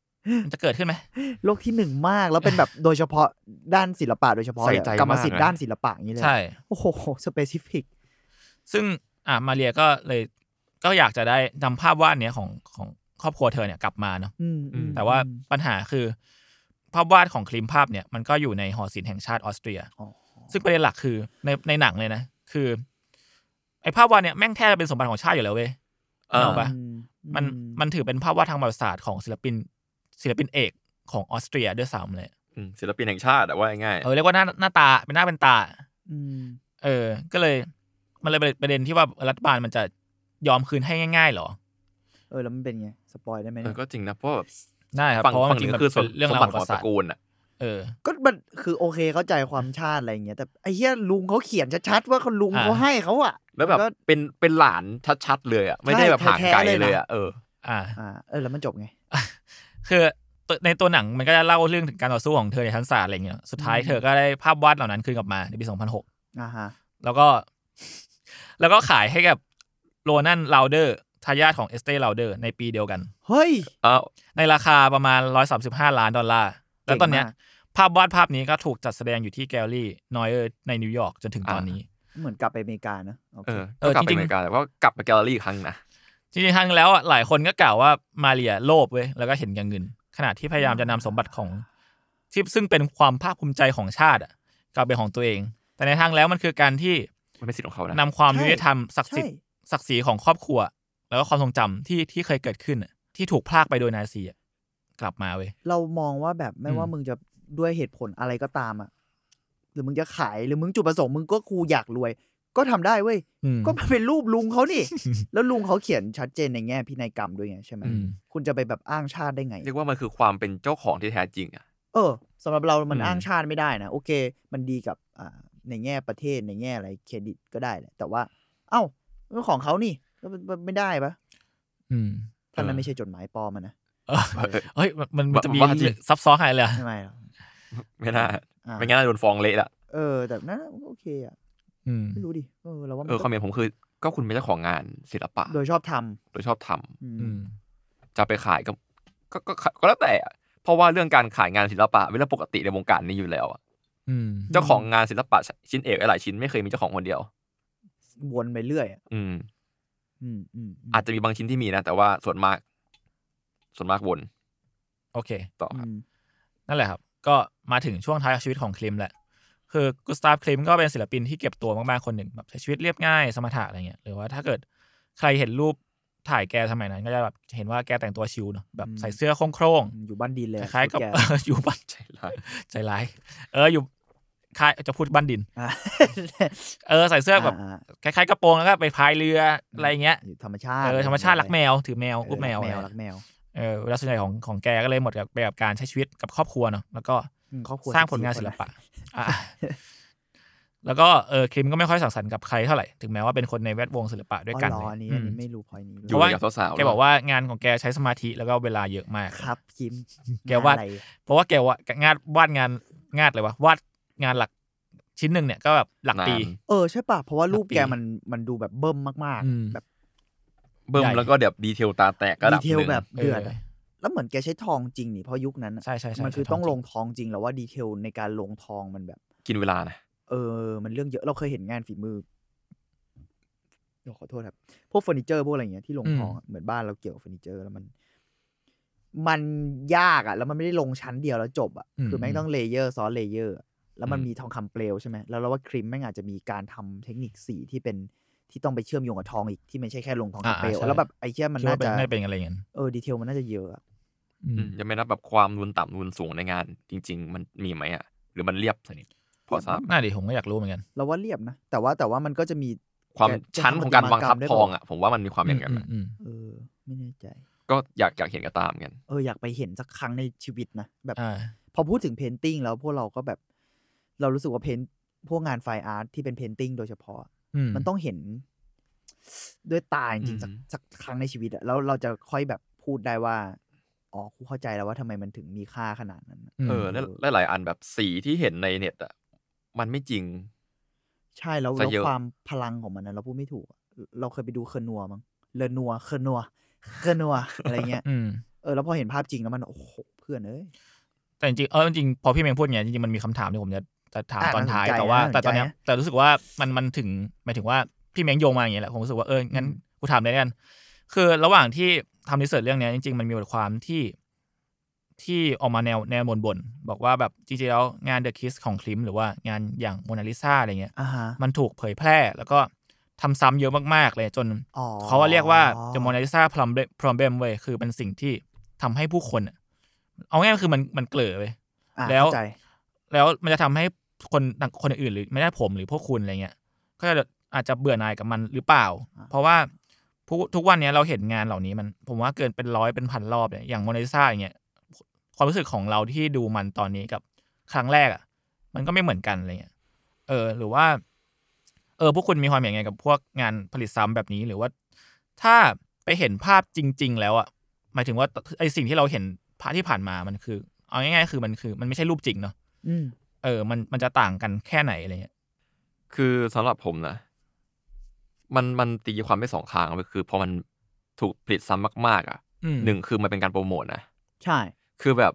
Speaker 2: มันจะเกิดขึ้นไหม
Speaker 3: ๆโลกที่หนึ่งมากแล้วเป็นแบบโดยเฉพาะด้านศิลปะโดยเฉพาะ
Speaker 4: ใส่
Speaker 3: เลยอะ
Speaker 4: ใจ
Speaker 3: กรรมสิทธิ์
Speaker 4: มากนะ
Speaker 3: ด้านศิลปะอย่างนี้เลย
Speaker 2: ใช่
Speaker 3: โอ้โหสเปซิฟิก
Speaker 2: ซึ่งอ่ะมาเรียก็เลยก็อยากจะได้นำภาพวาดเนี้ยของของครอบครัวเธอเนี่ยกลับมาเนาะ
Speaker 3: อืม
Speaker 4: อืม
Speaker 3: อืม
Speaker 2: แต่ว่าปัญหาคือภาพวาดของคลิมภาพเนี่ยมันก็อยู่ในหอศิลป์แห่งชาติออสเตรีย
Speaker 3: อ๋อ
Speaker 2: ซึ่งประเด็นหลักคือในในหนังเลยนะ คือไอ้ภาพวาดเนี่ยแม่งแทบจะเป็นสมบัติของชาติอยู่แล้วเว้ย
Speaker 4: อ่า
Speaker 2: เอาปะ
Speaker 3: อืม
Speaker 2: มัน
Speaker 3: อื
Speaker 2: มันถือเป็นภาพวาดทางประวัติศาสตร์ของศิลปินศิลปินเอกของออสเตรียด้วยซ้ำเลย
Speaker 4: อืมศิลปินแห่งชาติอะว่าง่ายๆ
Speaker 2: เออเรียกว่าหน้าหน้าตาเป็นหน้าเป็นตา
Speaker 3: อืม
Speaker 2: เออ ก็เลยมันเลยเป็นประเด็นที่ว่ารัฐบาลมันจะยอมคืนให้ง่ายๆเหรอ
Speaker 3: เออแล้วมันเป็นไง สปอยได้ไหม
Speaker 4: เอ
Speaker 3: เนี่ย
Speaker 4: อก็จริงนะ เพราะแบบ
Speaker 2: ได้ครับ
Speaker 4: ฝั่ง
Speaker 2: เพราะว่า
Speaker 4: ฝั่ง
Speaker 2: จ
Speaker 4: ห
Speaker 2: ริ
Speaker 4: นึ่
Speaker 2: ง
Speaker 4: ง
Speaker 2: ๆมัน
Speaker 4: คือส
Speaker 2: เป็
Speaker 4: ม
Speaker 2: นเรื่อง
Speaker 4: สม
Speaker 2: ราว
Speaker 4: บัติ
Speaker 2: ของป
Speaker 4: ขอ
Speaker 2: ระ
Speaker 4: งต
Speaker 2: สา
Speaker 4: ระ
Speaker 2: ท
Speaker 4: กูลอะ
Speaker 2: เ เออ
Speaker 3: ก็มันคือโอเคเข้าใจความชาติอะไรอย่างเงี้ยแต่ไอ้เหี้ยลุงเขาเขียนชัดๆว่าคนลุง
Speaker 2: อ่า
Speaker 3: เขาให้เขาอ่ะ
Speaker 4: แล้วแบบเป็นเป็นหลานชัดๆเลยอ่ะไม่ได้แบบห่างไกล
Speaker 3: แท้ๆเลยนะ
Speaker 4: เลยอ่ะเออ
Speaker 2: อ่า
Speaker 3: อ่าเออแล้วมันจบไง
Speaker 2: คือตัวในตัวหนังมันก็จะเล่าเรื่องถึงการต่อสู้ของเธอในชั้นศาลอะไรเงี้ยสุดท้าย
Speaker 3: อืม
Speaker 2: เธอก็ได้ภาพวาดเหล่านั้นคืนกลับมาในปี 2006
Speaker 3: อ่าฮะ
Speaker 2: แล้วก็ แล้วก็ขายให้กับโรนันลาวเดอร์ทายาทของเอสเต้ลาวเดอร์ในปีเดียวกัน
Speaker 3: เฮ้ย
Speaker 4: เออ
Speaker 2: ในราคาประมาณ 135 ล้านดอลลาร์ แล้วตอนเนี้ย
Speaker 3: เก่งม
Speaker 2: ภาพวาดภาพนี้ก็ถูกจัดแสดงอยู่ที่แกลลี่นอยเออร์ในนิวยอร์กจนถึงตอนนี้
Speaker 3: เหมือนกลับไปอเมริกานะโอ
Speaker 4: เอ
Speaker 3: เค
Speaker 4: อ
Speaker 2: เอ
Speaker 4: ก็
Speaker 2: อก
Speaker 4: ลับไป
Speaker 2: จริๆ
Speaker 4: องเมริกาแต่ว่ากลับไปแกลเลอรี่อีกครั้งนะ
Speaker 2: จริงๆครั้งแล้วอ่ะหลายคนก็กล่าวว่ามาเรียโลภเว้ยแล้วก็เห็นแก่เงิน ขณะที่พยายามจะนำสมบัติของที่ซึ่งเป็นความภาคภูมิใจของชาติอ่ะกลับเป็นของตัวเอง แต่ในทางแล้วมันคือการที่
Speaker 4: มันเป็นสิทธิ์ของเขานะ
Speaker 2: นำความยุติธรรมศักดิ์สิทธิ์
Speaker 3: ใช่
Speaker 2: ศักดิ์ศรีของครอบครัว แล้วก็ความทรงจำที่ที่เคยเกิดขึ้นอะที่ถูกพรากไปโดยนาซีอะกลับมาเว้ย
Speaker 3: เรามองว่าแบบไม่ว่า
Speaker 2: อืม
Speaker 3: มึงจะด้วยเหตุผลอะไรก็ตามอ่ะหรือมึงจะขายหรือมึงจุดประสงค์มึงก็กูอยากรวย ก็ทำได้เว้ย
Speaker 2: อืม
Speaker 3: ก็มันเป็นรูปลุงเขานี่ แล้วลุงเขาเขียนชัดเจนในแง่พินัยกรรมด้วยไงใช่ไหม
Speaker 2: อืม
Speaker 3: คุณจะไปแบบอ้างชาติได้ไง
Speaker 4: เรียกว่ามันคือความเป็นเจ้าของที่แท้จริงอ่ะ
Speaker 3: เออสำหรับเรามัน
Speaker 4: อืม
Speaker 3: อ้างชาติไม่ได้นะ โอเค มันดีกับอ่าในแง่ประเทศในแง่อะไรเครดิตก็ได้แหละแต่ว่า เอ้ามันของเขานี่แล้วมันมันไม่ได้ปะ
Speaker 2: อืม
Speaker 3: ถ้ามันไม่ใช่จดหมายปลอมอะนะ
Speaker 2: เออเฮ้ยมันมันจะมี
Speaker 4: ว่าจริง
Speaker 2: ซับซ้อนอะไรเลยอะ
Speaker 3: ทำไมหรอก
Speaker 4: <laughs> ไม่น่า
Speaker 3: อ่า
Speaker 4: ไม่งั้นน่าโดนฟ้องเละละ
Speaker 3: เออ แต่นั้นโอเคอะ
Speaker 2: อืม
Speaker 3: ไม่รู้ดิเออเราว่ามัน
Speaker 4: เออคอมเมนต์ผมคือ ก็คุณเป็นเจ้าของงานศิลปะ
Speaker 3: โดยชอบท
Speaker 4: โดยชอบทำ
Speaker 3: ำอืม
Speaker 2: อืม
Speaker 4: จะไปขายก็ก็ก็ก็ก็แล้วแต่อะเพราะว่าเรื่องการขายงานศิลปะเป็นเรื่องปกติในวงการนี้อยู่แล้วอะ
Speaker 2: อืม
Speaker 4: เจ้าของงานศิลปะชิ้นเอกหลายๆชิ้นไม่เคยมีเจ้าของคนเดียว
Speaker 3: วนไปเรื่อยอะ
Speaker 4: อืม
Speaker 3: อืมอืมอืม
Speaker 4: อาจจะมีบางชิ้นที่มีนะ แต่ว่าส่วนมาก ส่วนมากวน
Speaker 2: โอเค
Speaker 4: ต่อครับ
Speaker 3: อืม
Speaker 2: นั่นแหละครับ ก็มาถึงช่วงท้ายชีวิตของคลิมแหละ คือกุสตาฟคลิมก็เป็นศิลปินที่เก็บตัวมากๆ คนหนึ่งแบบใช้ชีวิตเรียบง่ายสมถะอะไรเงี้ย หรือว่าถ้าเกิดใครเห็นรูปถ่ายแกสมัยนั้น ก็จะแบบเห็นว่าแกแต่งตัวชิวเนาะ แบบใส่เสื้อโคร่ง
Speaker 3: อยู่บ้านดินเลย
Speaker 2: ๆ ค
Speaker 3: อะ
Speaker 2: ล้ายๆกับ
Speaker 3: ชุด
Speaker 2: <laughs>
Speaker 3: แก
Speaker 2: เอออยู่บ้าน
Speaker 4: ใจร้าย
Speaker 2: ใจร้าย เอออยู่คล้ายจะพูดบ้านดิน
Speaker 3: อ่ะ
Speaker 2: เออใส่เสื้อแบบ
Speaker 3: อ่า
Speaker 2: คล้ายๆกระโปรงแล้วก็ไปพายเรืออะไรเงี้ย
Speaker 3: อยู่ธรรมชาติ
Speaker 2: เออธรรมชาติรักแมวถือแมว
Speaker 3: เออ
Speaker 2: อุ้มแมว
Speaker 3: รักแมว
Speaker 2: อะไร
Speaker 3: รักแมว
Speaker 2: เออเวลาส่วนใหญ่ของของแกก็เลยหมดกับไปกับการใช้ชีวิตกับครอบครัวเนาะ แล้วก็
Speaker 3: อืมครอบครัว
Speaker 2: สร้างผลงาน
Speaker 3: 14
Speaker 2: ศิลปะ
Speaker 3: คนน
Speaker 2: อ่ะ <laughs> แล้วก็เออคิมก็ไม่ค่อยสังสรรค์กับใครเท่าไหร่ ถึงแม้ว่าเป็นคนในแวดวงศิลปะด้วยกัน
Speaker 3: อ๋อเหรออันนี้อันนี้
Speaker 2: อืม
Speaker 3: ไม่รู้พอยนี้ด้วย
Speaker 4: อ
Speaker 2: เพราะว่า
Speaker 4: ยู่กับสาวๆ
Speaker 2: แกบอกว่างานของแกใช้สมาธิแล้วก็เวลาเยอะมาก
Speaker 3: ครับคิม
Speaker 2: แกวาด
Speaker 3: งนอะไร
Speaker 2: เพราะว่าแกว่างานวาดงานงานอะไรวะวาดงานหลักชิ้นหนึ่งเนี่ยก็แบบหลักปี
Speaker 4: นาน
Speaker 3: เออใช่ป่ะ เพราะว่ารูปแก
Speaker 2: ปี
Speaker 3: มันมันดูแบบเบิ่มมาก
Speaker 2: อืม
Speaker 3: ๆ แบบ
Speaker 4: เบิ่ม
Speaker 2: ใหญ่
Speaker 4: แล้วก็แบบดีเทลตาแตกระ
Speaker 3: ดี
Speaker 4: ดับ
Speaker 3: เท
Speaker 4: ห
Speaker 3: ล
Speaker 4: นึ่ง
Speaker 3: แบบ
Speaker 2: เออ
Speaker 3: เดือดอะแล้วเหมือนแกใช้ทองจริงนี่เพราะยุคนั้นอะ
Speaker 2: ใช่ใช่ใช่
Speaker 3: มัคือ
Speaker 2: ใช้ทอง
Speaker 3: ต้อง
Speaker 2: จริง
Speaker 3: ลงทองจริงแล้วว่าดีเทลในการลงทองมันแบบ
Speaker 4: กินเวลานะ
Speaker 3: เออ มันเรื่องเยอะเราเคยเห็นงานฝีมือเดี๋ยวขอโทษครับ พวกเฟอร์นิเจอร์พวกอะไรอย่างเงี้ยที่ลง
Speaker 2: อืม
Speaker 3: ทองอะเหมือนบ้านเราเกี่ยวกับเฟอร์นิเจอร์แล้วมัน มันยากอ่ะ แล้วมันไม่ได้ลงชั้นเดียวแล้วจบอ่ะคือแม่งต้องเลเยอร์ซ้อนเลเยอร์อะแล้วมันมีทองคำเปลวใช่ไหมแล้วเราว่าครีมแม่งอาจจะมีการทำเทคนิคสีที่เป็นที่ต้องไปเชื่อมโยงกับทองอีกที่ไม่ใช่แค่ลงทอง
Speaker 2: อ่า
Speaker 3: คำเปลว
Speaker 2: ใช่
Speaker 3: แล้วแบบไอ้เชี่ยมัน
Speaker 2: คิด
Speaker 3: น่า
Speaker 2: ว่าเป็
Speaker 3: จะ
Speaker 2: นน่าจะเป็นอะไรอย่างนั้น
Speaker 3: เออดีเทลมันน่าจะเยอะอะ
Speaker 2: อืม
Speaker 4: ยังไม่นับแบบความนูนต่ำนูนสูงในงาน จริง ๆ มันมีไหมอ่ะ หรือมันเรียบสนิทพอทราบ
Speaker 2: น่าดีผมก็อยากรู้เหมือนกัน
Speaker 3: เราว่าเรียบนะแต่ว่าแต่ว่ามันก็จะมี
Speaker 4: ความ
Speaker 3: จะจะ
Speaker 4: ชั้น
Speaker 3: ทำ
Speaker 4: ของการวางทับ
Speaker 3: ปฏิมมรรม
Speaker 4: ทอก ง
Speaker 3: ได้เปล่า
Speaker 4: อ่ะ ผมว่ามันมีความอย่างนั้น
Speaker 2: อื
Speaker 4: นะ
Speaker 2: มอืม
Speaker 3: เออ ไม่แน่ใจ
Speaker 4: ก็อยากอยากเห็นกับตาเหมอนกัน
Speaker 3: เอออยากไปเห็นสักครั้งในชีวิตนะแบบ
Speaker 2: อ่า
Speaker 3: พอพูดถึงเพนติ n งแล้วพวกเราก็แบบ เรารู้สึกว่าเพนพวกงานไฟอาร์ตที่เป็นเพนติ n งโดยเฉพาะ มันต้องเห็น ด้วยตาจริงๆสักสักครั้งในชีวิตอะแล้วเราจะค่อยแบบพูดได้ว่า อ๋อกูเข้าใจแล้วว่าทำไมมันถึงมีค่าขนาดนั้นอะ
Speaker 2: อืม
Speaker 4: เออแล้วแล้วหลายอันแบบสีที่เห็นในเน็ตอ่ะมันไม่จริง
Speaker 3: ใช่แล้ว
Speaker 4: ซะ
Speaker 3: แล้ว
Speaker 4: เยอะ
Speaker 3: ความพลังของมันนะเราพูดไม่ถูกอะเราเคยไปดูเคอร์นัวมั้งเลอนัวเคอร์นัวเคอร์นัวอะไรเงี้ย
Speaker 2: อืม
Speaker 3: เออแล้วพอเห็นภาพจริงแล้วมันโอ้โหเพื่อนเอ้ย
Speaker 2: แต่จริงๆเออจริงๆพอพี่เมงพูดอย่างเงี้ยจริงๆมันมีคำถามที่ผมจะจะถาม
Speaker 3: อ่ะ
Speaker 2: ตอนท้าย
Speaker 3: น่าสนใจ
Speaker 2: แต่ว่า
Speaker 3: น่าสนใจ
Speaker 2: แต่ตอนเนี้ย
Speaker 3: นะ
Speaker 2: แต่รู้สึกว่ามันมันถึงหมายถึงว่าพี่เมงโยงมาอย่างเงี้ยแหละผมรู้สึกว่าเอองั้น
Speaker 3: อืม
Speaker 2: กูถามเลยแล้วกัน คือระหว่างที่ทำรีเสิร์ชเรื่องเนี้ยจริง ๆ มันมีบทความที่ที่ออกมาแนวแนวบนบนๆบอกว่าแบบจริงๆแล้วงานเดอะคิสของคลิมหรือว่างานอย่างโมนาลิซาอะไรเงี้ย
Speaker 3: อ่าฮะ
Speaker 2: มันถูกเผยแพร่แล้วก็ทำซ้ำเยอะมากๆเลยจน
Speaker 3: อ๋อ
Speaker 2: เขาว่าเรียกว่าจมอนาลิซาพรอมพรอมเบมเว้ยคือเป็นสิ่งที่ทำให้ผู้คนอะเอาง่ายๆคือมันมันเกลือเว้ย
Speaker 3: อ่ะ
Speaker 2: แล้ว
Speaker 3: เข้าใจ
Speaker 2: แล้วมันจะทำให้คนคนอื่นหรือไม่ได้ผมหรือพวกคุณอะไรเงี้ยก็จะอาจจะเบื่อหน่ายกับมันหรือเปล่า
Speaker 3: อ่า
Speaker 2: เพราะว่าผู้ทุกวันเนี้ยเราเห็นงานเหล่านี้มัน ผมว่าเกินเป็นร้อยเป็นพันรอบเลยอย่างโมนาลิซาอย่างเงี้ยความรู้สึกของเราที่ดูมันตอนนี้กับ ครั้งแรกอ่ะ มันก็ไม่เหมือนกันอะไรเงี้ยเออ หรือว่า เออ พวกคุณมีความเห็นไงกับพวกงานผลิตซ้ำแบบนี้หรือว่า ถ้าไปเห็นภาพจริง ๆ แล้วอ่ะหมายถึงว่าไอสิ่งที่เราเห็นพาที่ผ่านมามันคือ เอาง่ายๆคือมันคือ มันไม่ใช่รูปจริงเนาะ
Speaker 3: อืม
Speaker 2: เออมันมันจะต่างกันแค่ไหนอะไรเงี้ย
Speaker 4: คือสำหรับผมนะ มันมันตีความได้สองทางก็คือพอมันถูกผลิตซ้ำมาก ๆ อ่ะ
Speaker 2: อืม
Speaker 4: หนึ่งคือมันเป็นการโปรโมทนะ
Speaker 3: ใช่
Speaker 4: คือแบบ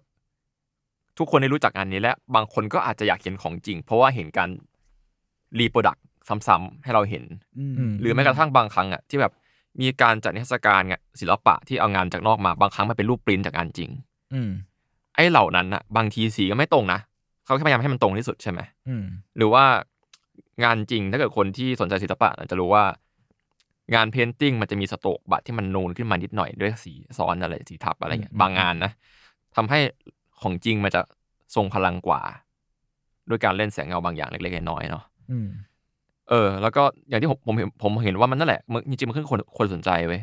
Speaker 4: ทุกคนได้รู้จักงานนี้และบางคนก็อาจจะอยากเห็นของจริง เพราะว่าเห็นการรีโปรดักซ้ำๆให้เราเห็น
Speaker 3: อืม
Speaker 2: ม
Speaker 4: หรือแม้กระทั่งบางครั้งอ่ะที่แบบมีการจัดนิทรรศการงานศิลปะที่เอางานจากนอกมาบางครั้งมันเป็นรูปปริ้นท์จากงานจริง
Speaker 2: อืม
Speaker 4: ไอ้เหล่านั้นอ่ะบางทีสีก็ไม่ตรงนะเขาแค่พยายามให้มันตรงที่สุดใช่ไหม
Speaker 2: อืม
Speaker 4: หรือว่างานจริงถ้าเกิดคนที่สนใจศิลปะอาจจะรู้ว่า งานเพนติ้งมันจะมีสโตรกบัตรที่มันนูนขึ้นมานิดหน่อยด้วยสีซ้อนอะไรสีทับอะไรเงี้ย
Speaker 2: อืม
Speaker 4: บางงานนะทำให้ของจริงมันจะทรงพลังกว่า ด้วยการเล่นแสงเงาบางอย่างเล็กๆน้อยๆเนาะ
Speaker 2: อืม
Speaker 4: เออแล้วก็อย่างที่ผมผมเห็นผมเห็นว่ามันนั่นแหละมันจริงๆมันขึ้นคนคนสนใจเว้ย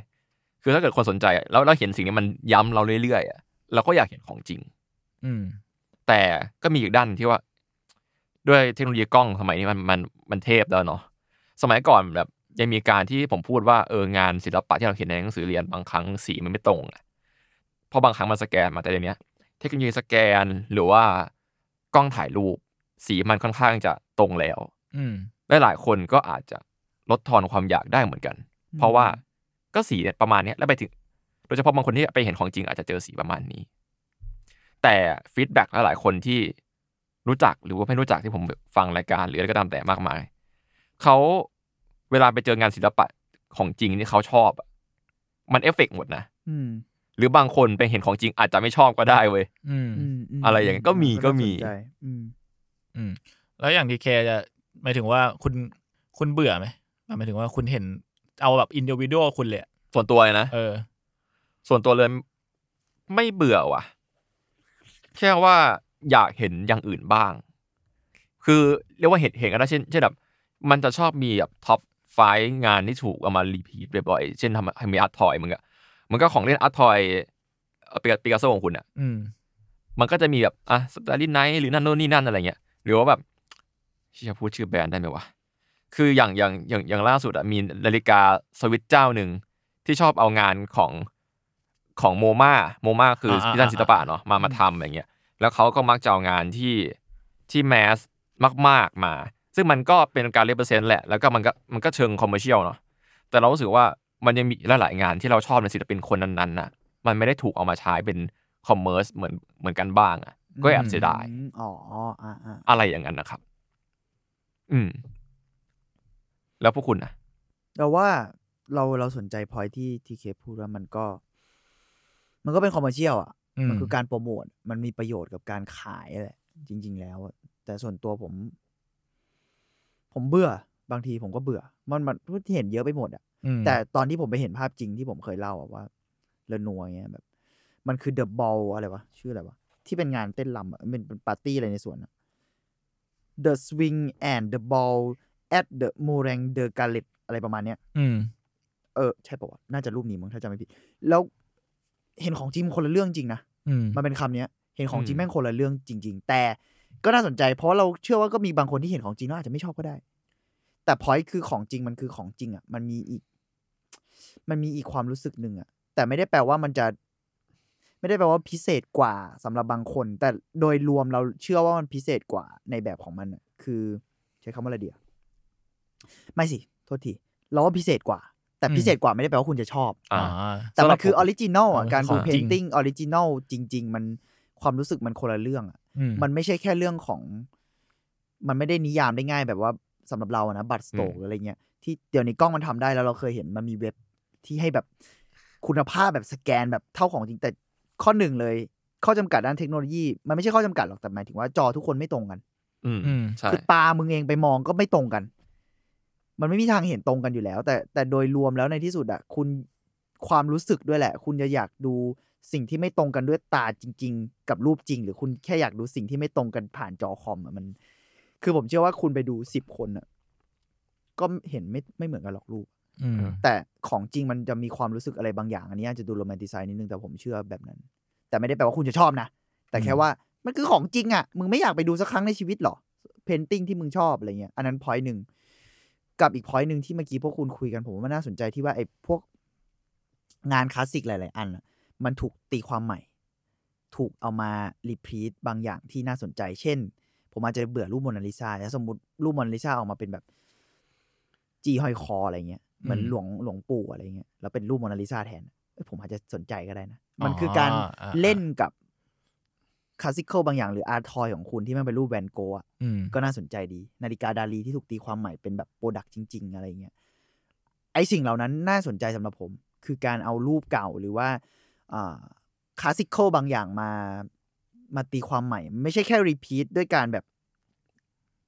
Speaker 4: คือถ้าเกิดคนสนใจอะแล้วเราเห็นสิ่งนี้มันย้ำเราเรื่อยๆอะเราก็อยากเห็นของจริง
Speaker 2: อืม
Speaker 4: แต่ก็มีอีกด้านที่ว่า ด้วยเทคโนโลยีกล้องสมัยนี้มันมันมันเทพแล้วเนาะสมัยก่อนแบบยังมีการที่ผมพูดว่าเอองานศิลปะที่เราเห็นในหนังสือเรียนบางครั้งสีมันไม่ตรงอะเพราะบางครั้งมันสแกนมาแต่เดี๋ยวนี้เทคโนโลยีสแกนหรือว่ากล้องถ่ายรูป สีมันค่อนข้างจะตรงแล้ว
Speaker 2: อืม
Speaker 4: และหลายคนก็อาจจะลดทอนความอยากได้เหมือนกัน เพราะว่าก็สีเนี่ยประมาณเนี้ยแล้วไปถึง โดยเฉพาะบางคนที่ไปเห็นของจริงอาจจะเจอสีประมาณนี้ แต่ฟีดแบ็กหลายๆคนที่รู้จักหรือว่าไม่รู้จักที่ผมฟังรายการหรืออะไรก็ตามแต่มากมาย เขาเวลาไปเจองานศิลปะของจริงที่เขาชอบอะมันเอฟเฟกต์หมดนะ
Speaker 3: อืม
Speaker 4: หรือบางคนไปเห็นของจริงอาจจะไม่ชอบก็ได้เว้ย
Speaker 2: อืม
Speaker 3: มม
Speaker 4: อะไรอย่างเงี้ยก็มีก็มี
Speaker 3: น่าสนใจอืม
Speaker 2: อืม แล้วอย่างดีเคจะหมายถึงว่าคุณคุณเบื่อไหมหมายถึงว่าคุณเห็นเอาแบบอินดิวิโดคุณเลยอะ
Speaker 4: ส่วนตัวเลยนะ
Speaker 2: เออ
Speaker 4: ส่วนตัวเลยไม่เบื่อว่ะ แค่ว่าอยากเห็นอย่างอื่นบ้าง คือเรียกว่าเห็นเห็นก็ได้เช่นเช่นแบบมันจะชอบมีแบบท็อปไฟงานที่ถูกเอามารีพีทบ่อยๆเช่นทำให้มีอาร์ตทอยมึงอะมันก็ของเล่นอาร์ตทอยปิกัสโซของคุณอะ
Speaker 2: อืม
Speaker 4: มันก็จะมีแบบอ่ะสตาร์ลินไนท์หรือนั่นโน่นนี่นั่นอะไรเงี้ยหรือว่าแบบเชี่ยพูดชื่อแบรนด์ได้ไหมวะคืออย่างอย่างอย่างอย่างล่าสุดอะมีนาฬิกาสวิตเจ้าหนึ่งที่ชอบเอางานของของโมมาโมมาคือ
Speaker 2: อ่าอ่า
Speaker 4: พิซาน
Speaker 2: อ่า
Speaker 4: ศิลปะเนาะมามาทำอะไรเงี้ย แล้วเขาก็มักจะเอางานที่ที่แมสมาก ๆ มา ซึ่งมันก็เป็นการเรียบเซนต์แหละ แล้วก็มันก็มันก็เชิงคอมเมอร์เชียลเนาะ แต่เรารู้สึกว่ามันยังมีอีกหลายๆงานที่เราชอบในศิลปินคนนั้นๆน่ะ มันไม่ได้ถูกเอามาใช้เป็นคอมเมอร์สเหมือนเหมือนกันบ้างอ่ะ ก็แอบเสียดาย
Speaker 3: อืมอ๋ออ่าอ่า
Speaker 4: อะไรอย่างนั้นนะครับ อืม แล้วพวกคุณอ่ะ
Speaker 3: เราว่าเราเราสนใจพอยที่ทีเคพูดว่ามันก็ มันก็เป็นคอมเมอร์เชียลอ่ะ
Speaker 2: อืม
Speaker 3: มันคือการโปรโมท มันมีประโยชน์กับการขายแหละ จริง ๆ แล้วอะแต่ส่วนตัวผม ผมเบื่อ บางทีผมก็เบื่อ มันมันที่เห็นเยอะไปหมดอ่ะ
Speaker 2: อืม
Speaker 3: แต่ตอนที่ผมไปเห็นภาพจริงที่ผมเคยเล่าอะว่าเรนัวเงี้ยแบบ มันคือเดอะบอลอะไรวะ ชื่ออะไรวะ ที่เป็นงานเต้นรำอะเป็นเป็นปาร์ตี้อะไรในสวนอะ The Swing and the Ball at the m o r a n g the Garret อะไรประมาณเนี้ย
Speaker 2: อืม
Speaker 3: เออ ใช่ปะวะน่าจะรูปนี้มั้งถ้าจำไม่ผิด แล้วเห็นของจริงคนละเรื่องจริงนะ
Speaker 2: อืม
Speaker 3: มันเป็นคำเนี้ย เห็นของจริ
Speaker 4: อื
Speaker 3: ง
Speaker 4: ม
Speaker 3: แม่งคนละเรื่องจริง ๆ แต่ก็น่าสนใจ เพราะเราเชื่อว่าก็มีบางคนที่เห็นของจริงแล้วอาจจะไม่ชอบก็ได้ แต่พอยคือของจริงมันคือของจริงอ่ะ มันมีอีก มันมีอีกความรู้สึกหนึ่งอ่ะ แต่ไม่ได้แปลว่ามันจะ ไม่ได้แปลว่าพิเศษกว่าสำหรับบางคน แต่โดยรวมเราเชื่อว่ามันพิเศษกว่าในแบบของมันอะคือใช้คำว่าอะไรเดียวไม่สิ โทษที เราว่าพิเศษกว่า แต่
Speaker 2: อืม
Speaker 3: พิเศษกว่าไม่ได้แปลว่าคุณจะชอบ
Speaker 4: อ่า
Speaker 2: อ่า
Speaker 3: แต่
Speaker 4: สำหรั
Speaker 3: มั
Speaker 4: บ
Speaker 3: นคือ
Speaker 4: ผม
Speaker 3: ออริจินอลอ่ะ
Speaker 2: เออ
Speaker 3: การ
Speaker 2: ข
Speaker 3: ดู
Speaker 2: อง
Speaker 3: เพ
Speaker 2: จริ
Speaker 3: น
Speaker 2: ง
Speaker 3: ติ้งออริจินอลจริง ๆ มันความรู้สึกมันคนละเรื่องอ่ะ
Speaker 2: อืม
Speaker 3: มันไม่ใช่แค่เรื่องของ มันไม่ได้นิยามได้ง่ายแบบว่าสำหรับเราอะนะบัตรสโตก
Speaker 4: อืม
Speaker 3: หรืออะไรเงี้ยที่เดี๋ยวนี้กล้องมันทำได้แล้วเราเคยเห็นมันมีเว็บที่ให้แบบคุณภาพแบบสแกนแบบเท่าของจริงแต่ข้อหนึ่งเลย ข้อจำกัดด้านเทคโนโลยี มันไม่ใช่ข้อจำกัดหรอกแต่หมายถึงว่าจอทุกคนไม่ตรงกัน
Speaker 4: อืม
Speaker 2: อืม
Speaker 4: ใช่
Speaker 3: คือตามึงเองไปมองก็ไม่ตรงกัน มันไม่มีทางเห็นตรงกันอยู่แล้ว แต่แต่โดยรวมแล้วในที่สุดอะคุณความรู้สึกด้วยแหละ คุณจะอยากดูสิ่งที่ไม่ตรงกันด้วยตาจริง ๆ กับรูปจริง หรือคุณแค่อยากดูสิ่งที่ไม่ตรงกันผ่านจอคอมอะมัน คือผมเชื่อว่าคุณไปดูสิบคนอะก็เห็นไม่ไม่เหมือนกันหรอกรูป
Speaker 2: อืม
Speaker 3: แต่ของจริงมันจะมีความรู้สึกอะไรบางอย่าง อันนี้อาจจะดูโรแมนติไซน์นิดนึงแต่ผมเชื่อแบบนั้น แต่ไม่ได้แปลว่าคุณจะชอบนะ แต่แค่ว่า มันคือของจริงอะ่ะ มึงไม่อยากไปดูสักครั้งในชีวิตเหรอ เพนติ้งที่มึงชอบอะไรเงี้ย อันนั้นพอยหนึ่ง กับอีกพอยหนึ่งที่เมื่อกี้พวกคุณคุยกันผมว่ามันน่าสนใจที่ว่าไอ้พวกงานคลาสสิกหลาย ๆ อันอะมันถูกตีความใหม่ ถูกเอามารีพีทบางอย่างที่น่าสนใจ เช่น ผมอาจจะเบื่อรูปโมนาลิซาแล้วสมมติรูปโมนาลิซาออกมาเป็นแบบ จีห้อยคออะไรเงี้ย เหมือน
Speaker 2: อืม
Speaker 3: หลวงหลวงปู่อะไรเงี้ย แล้วเป็นรูปโมนาลิซาแทนเอ้ยผมอาจจะสนใจก็ได้นะ มันคือการ
Speaker 2: อ่าอ่า
Speaker 3: เล่นกับคลาสสิคบางอย่างหรืออาร์ทอยของคุณที่มันเป็นรูปแวนโกะอะ
Speaker 2: อืม
Speaker 3: ก็น่าสนใจดี นาฬิกาดาลีที่ถูกตีความใหม่เป็นแบบโปรดักจริง ๆ อะไรเงี้ยไอสิ่งเหล่านั้นน่าสนใจสำหรับผม คือการเอารูปเก่าหรือว่าคลาสสิคบางอย่างมามาตีความใหม่ ไม่ใช่แค่รีพีทด้วยการแบบ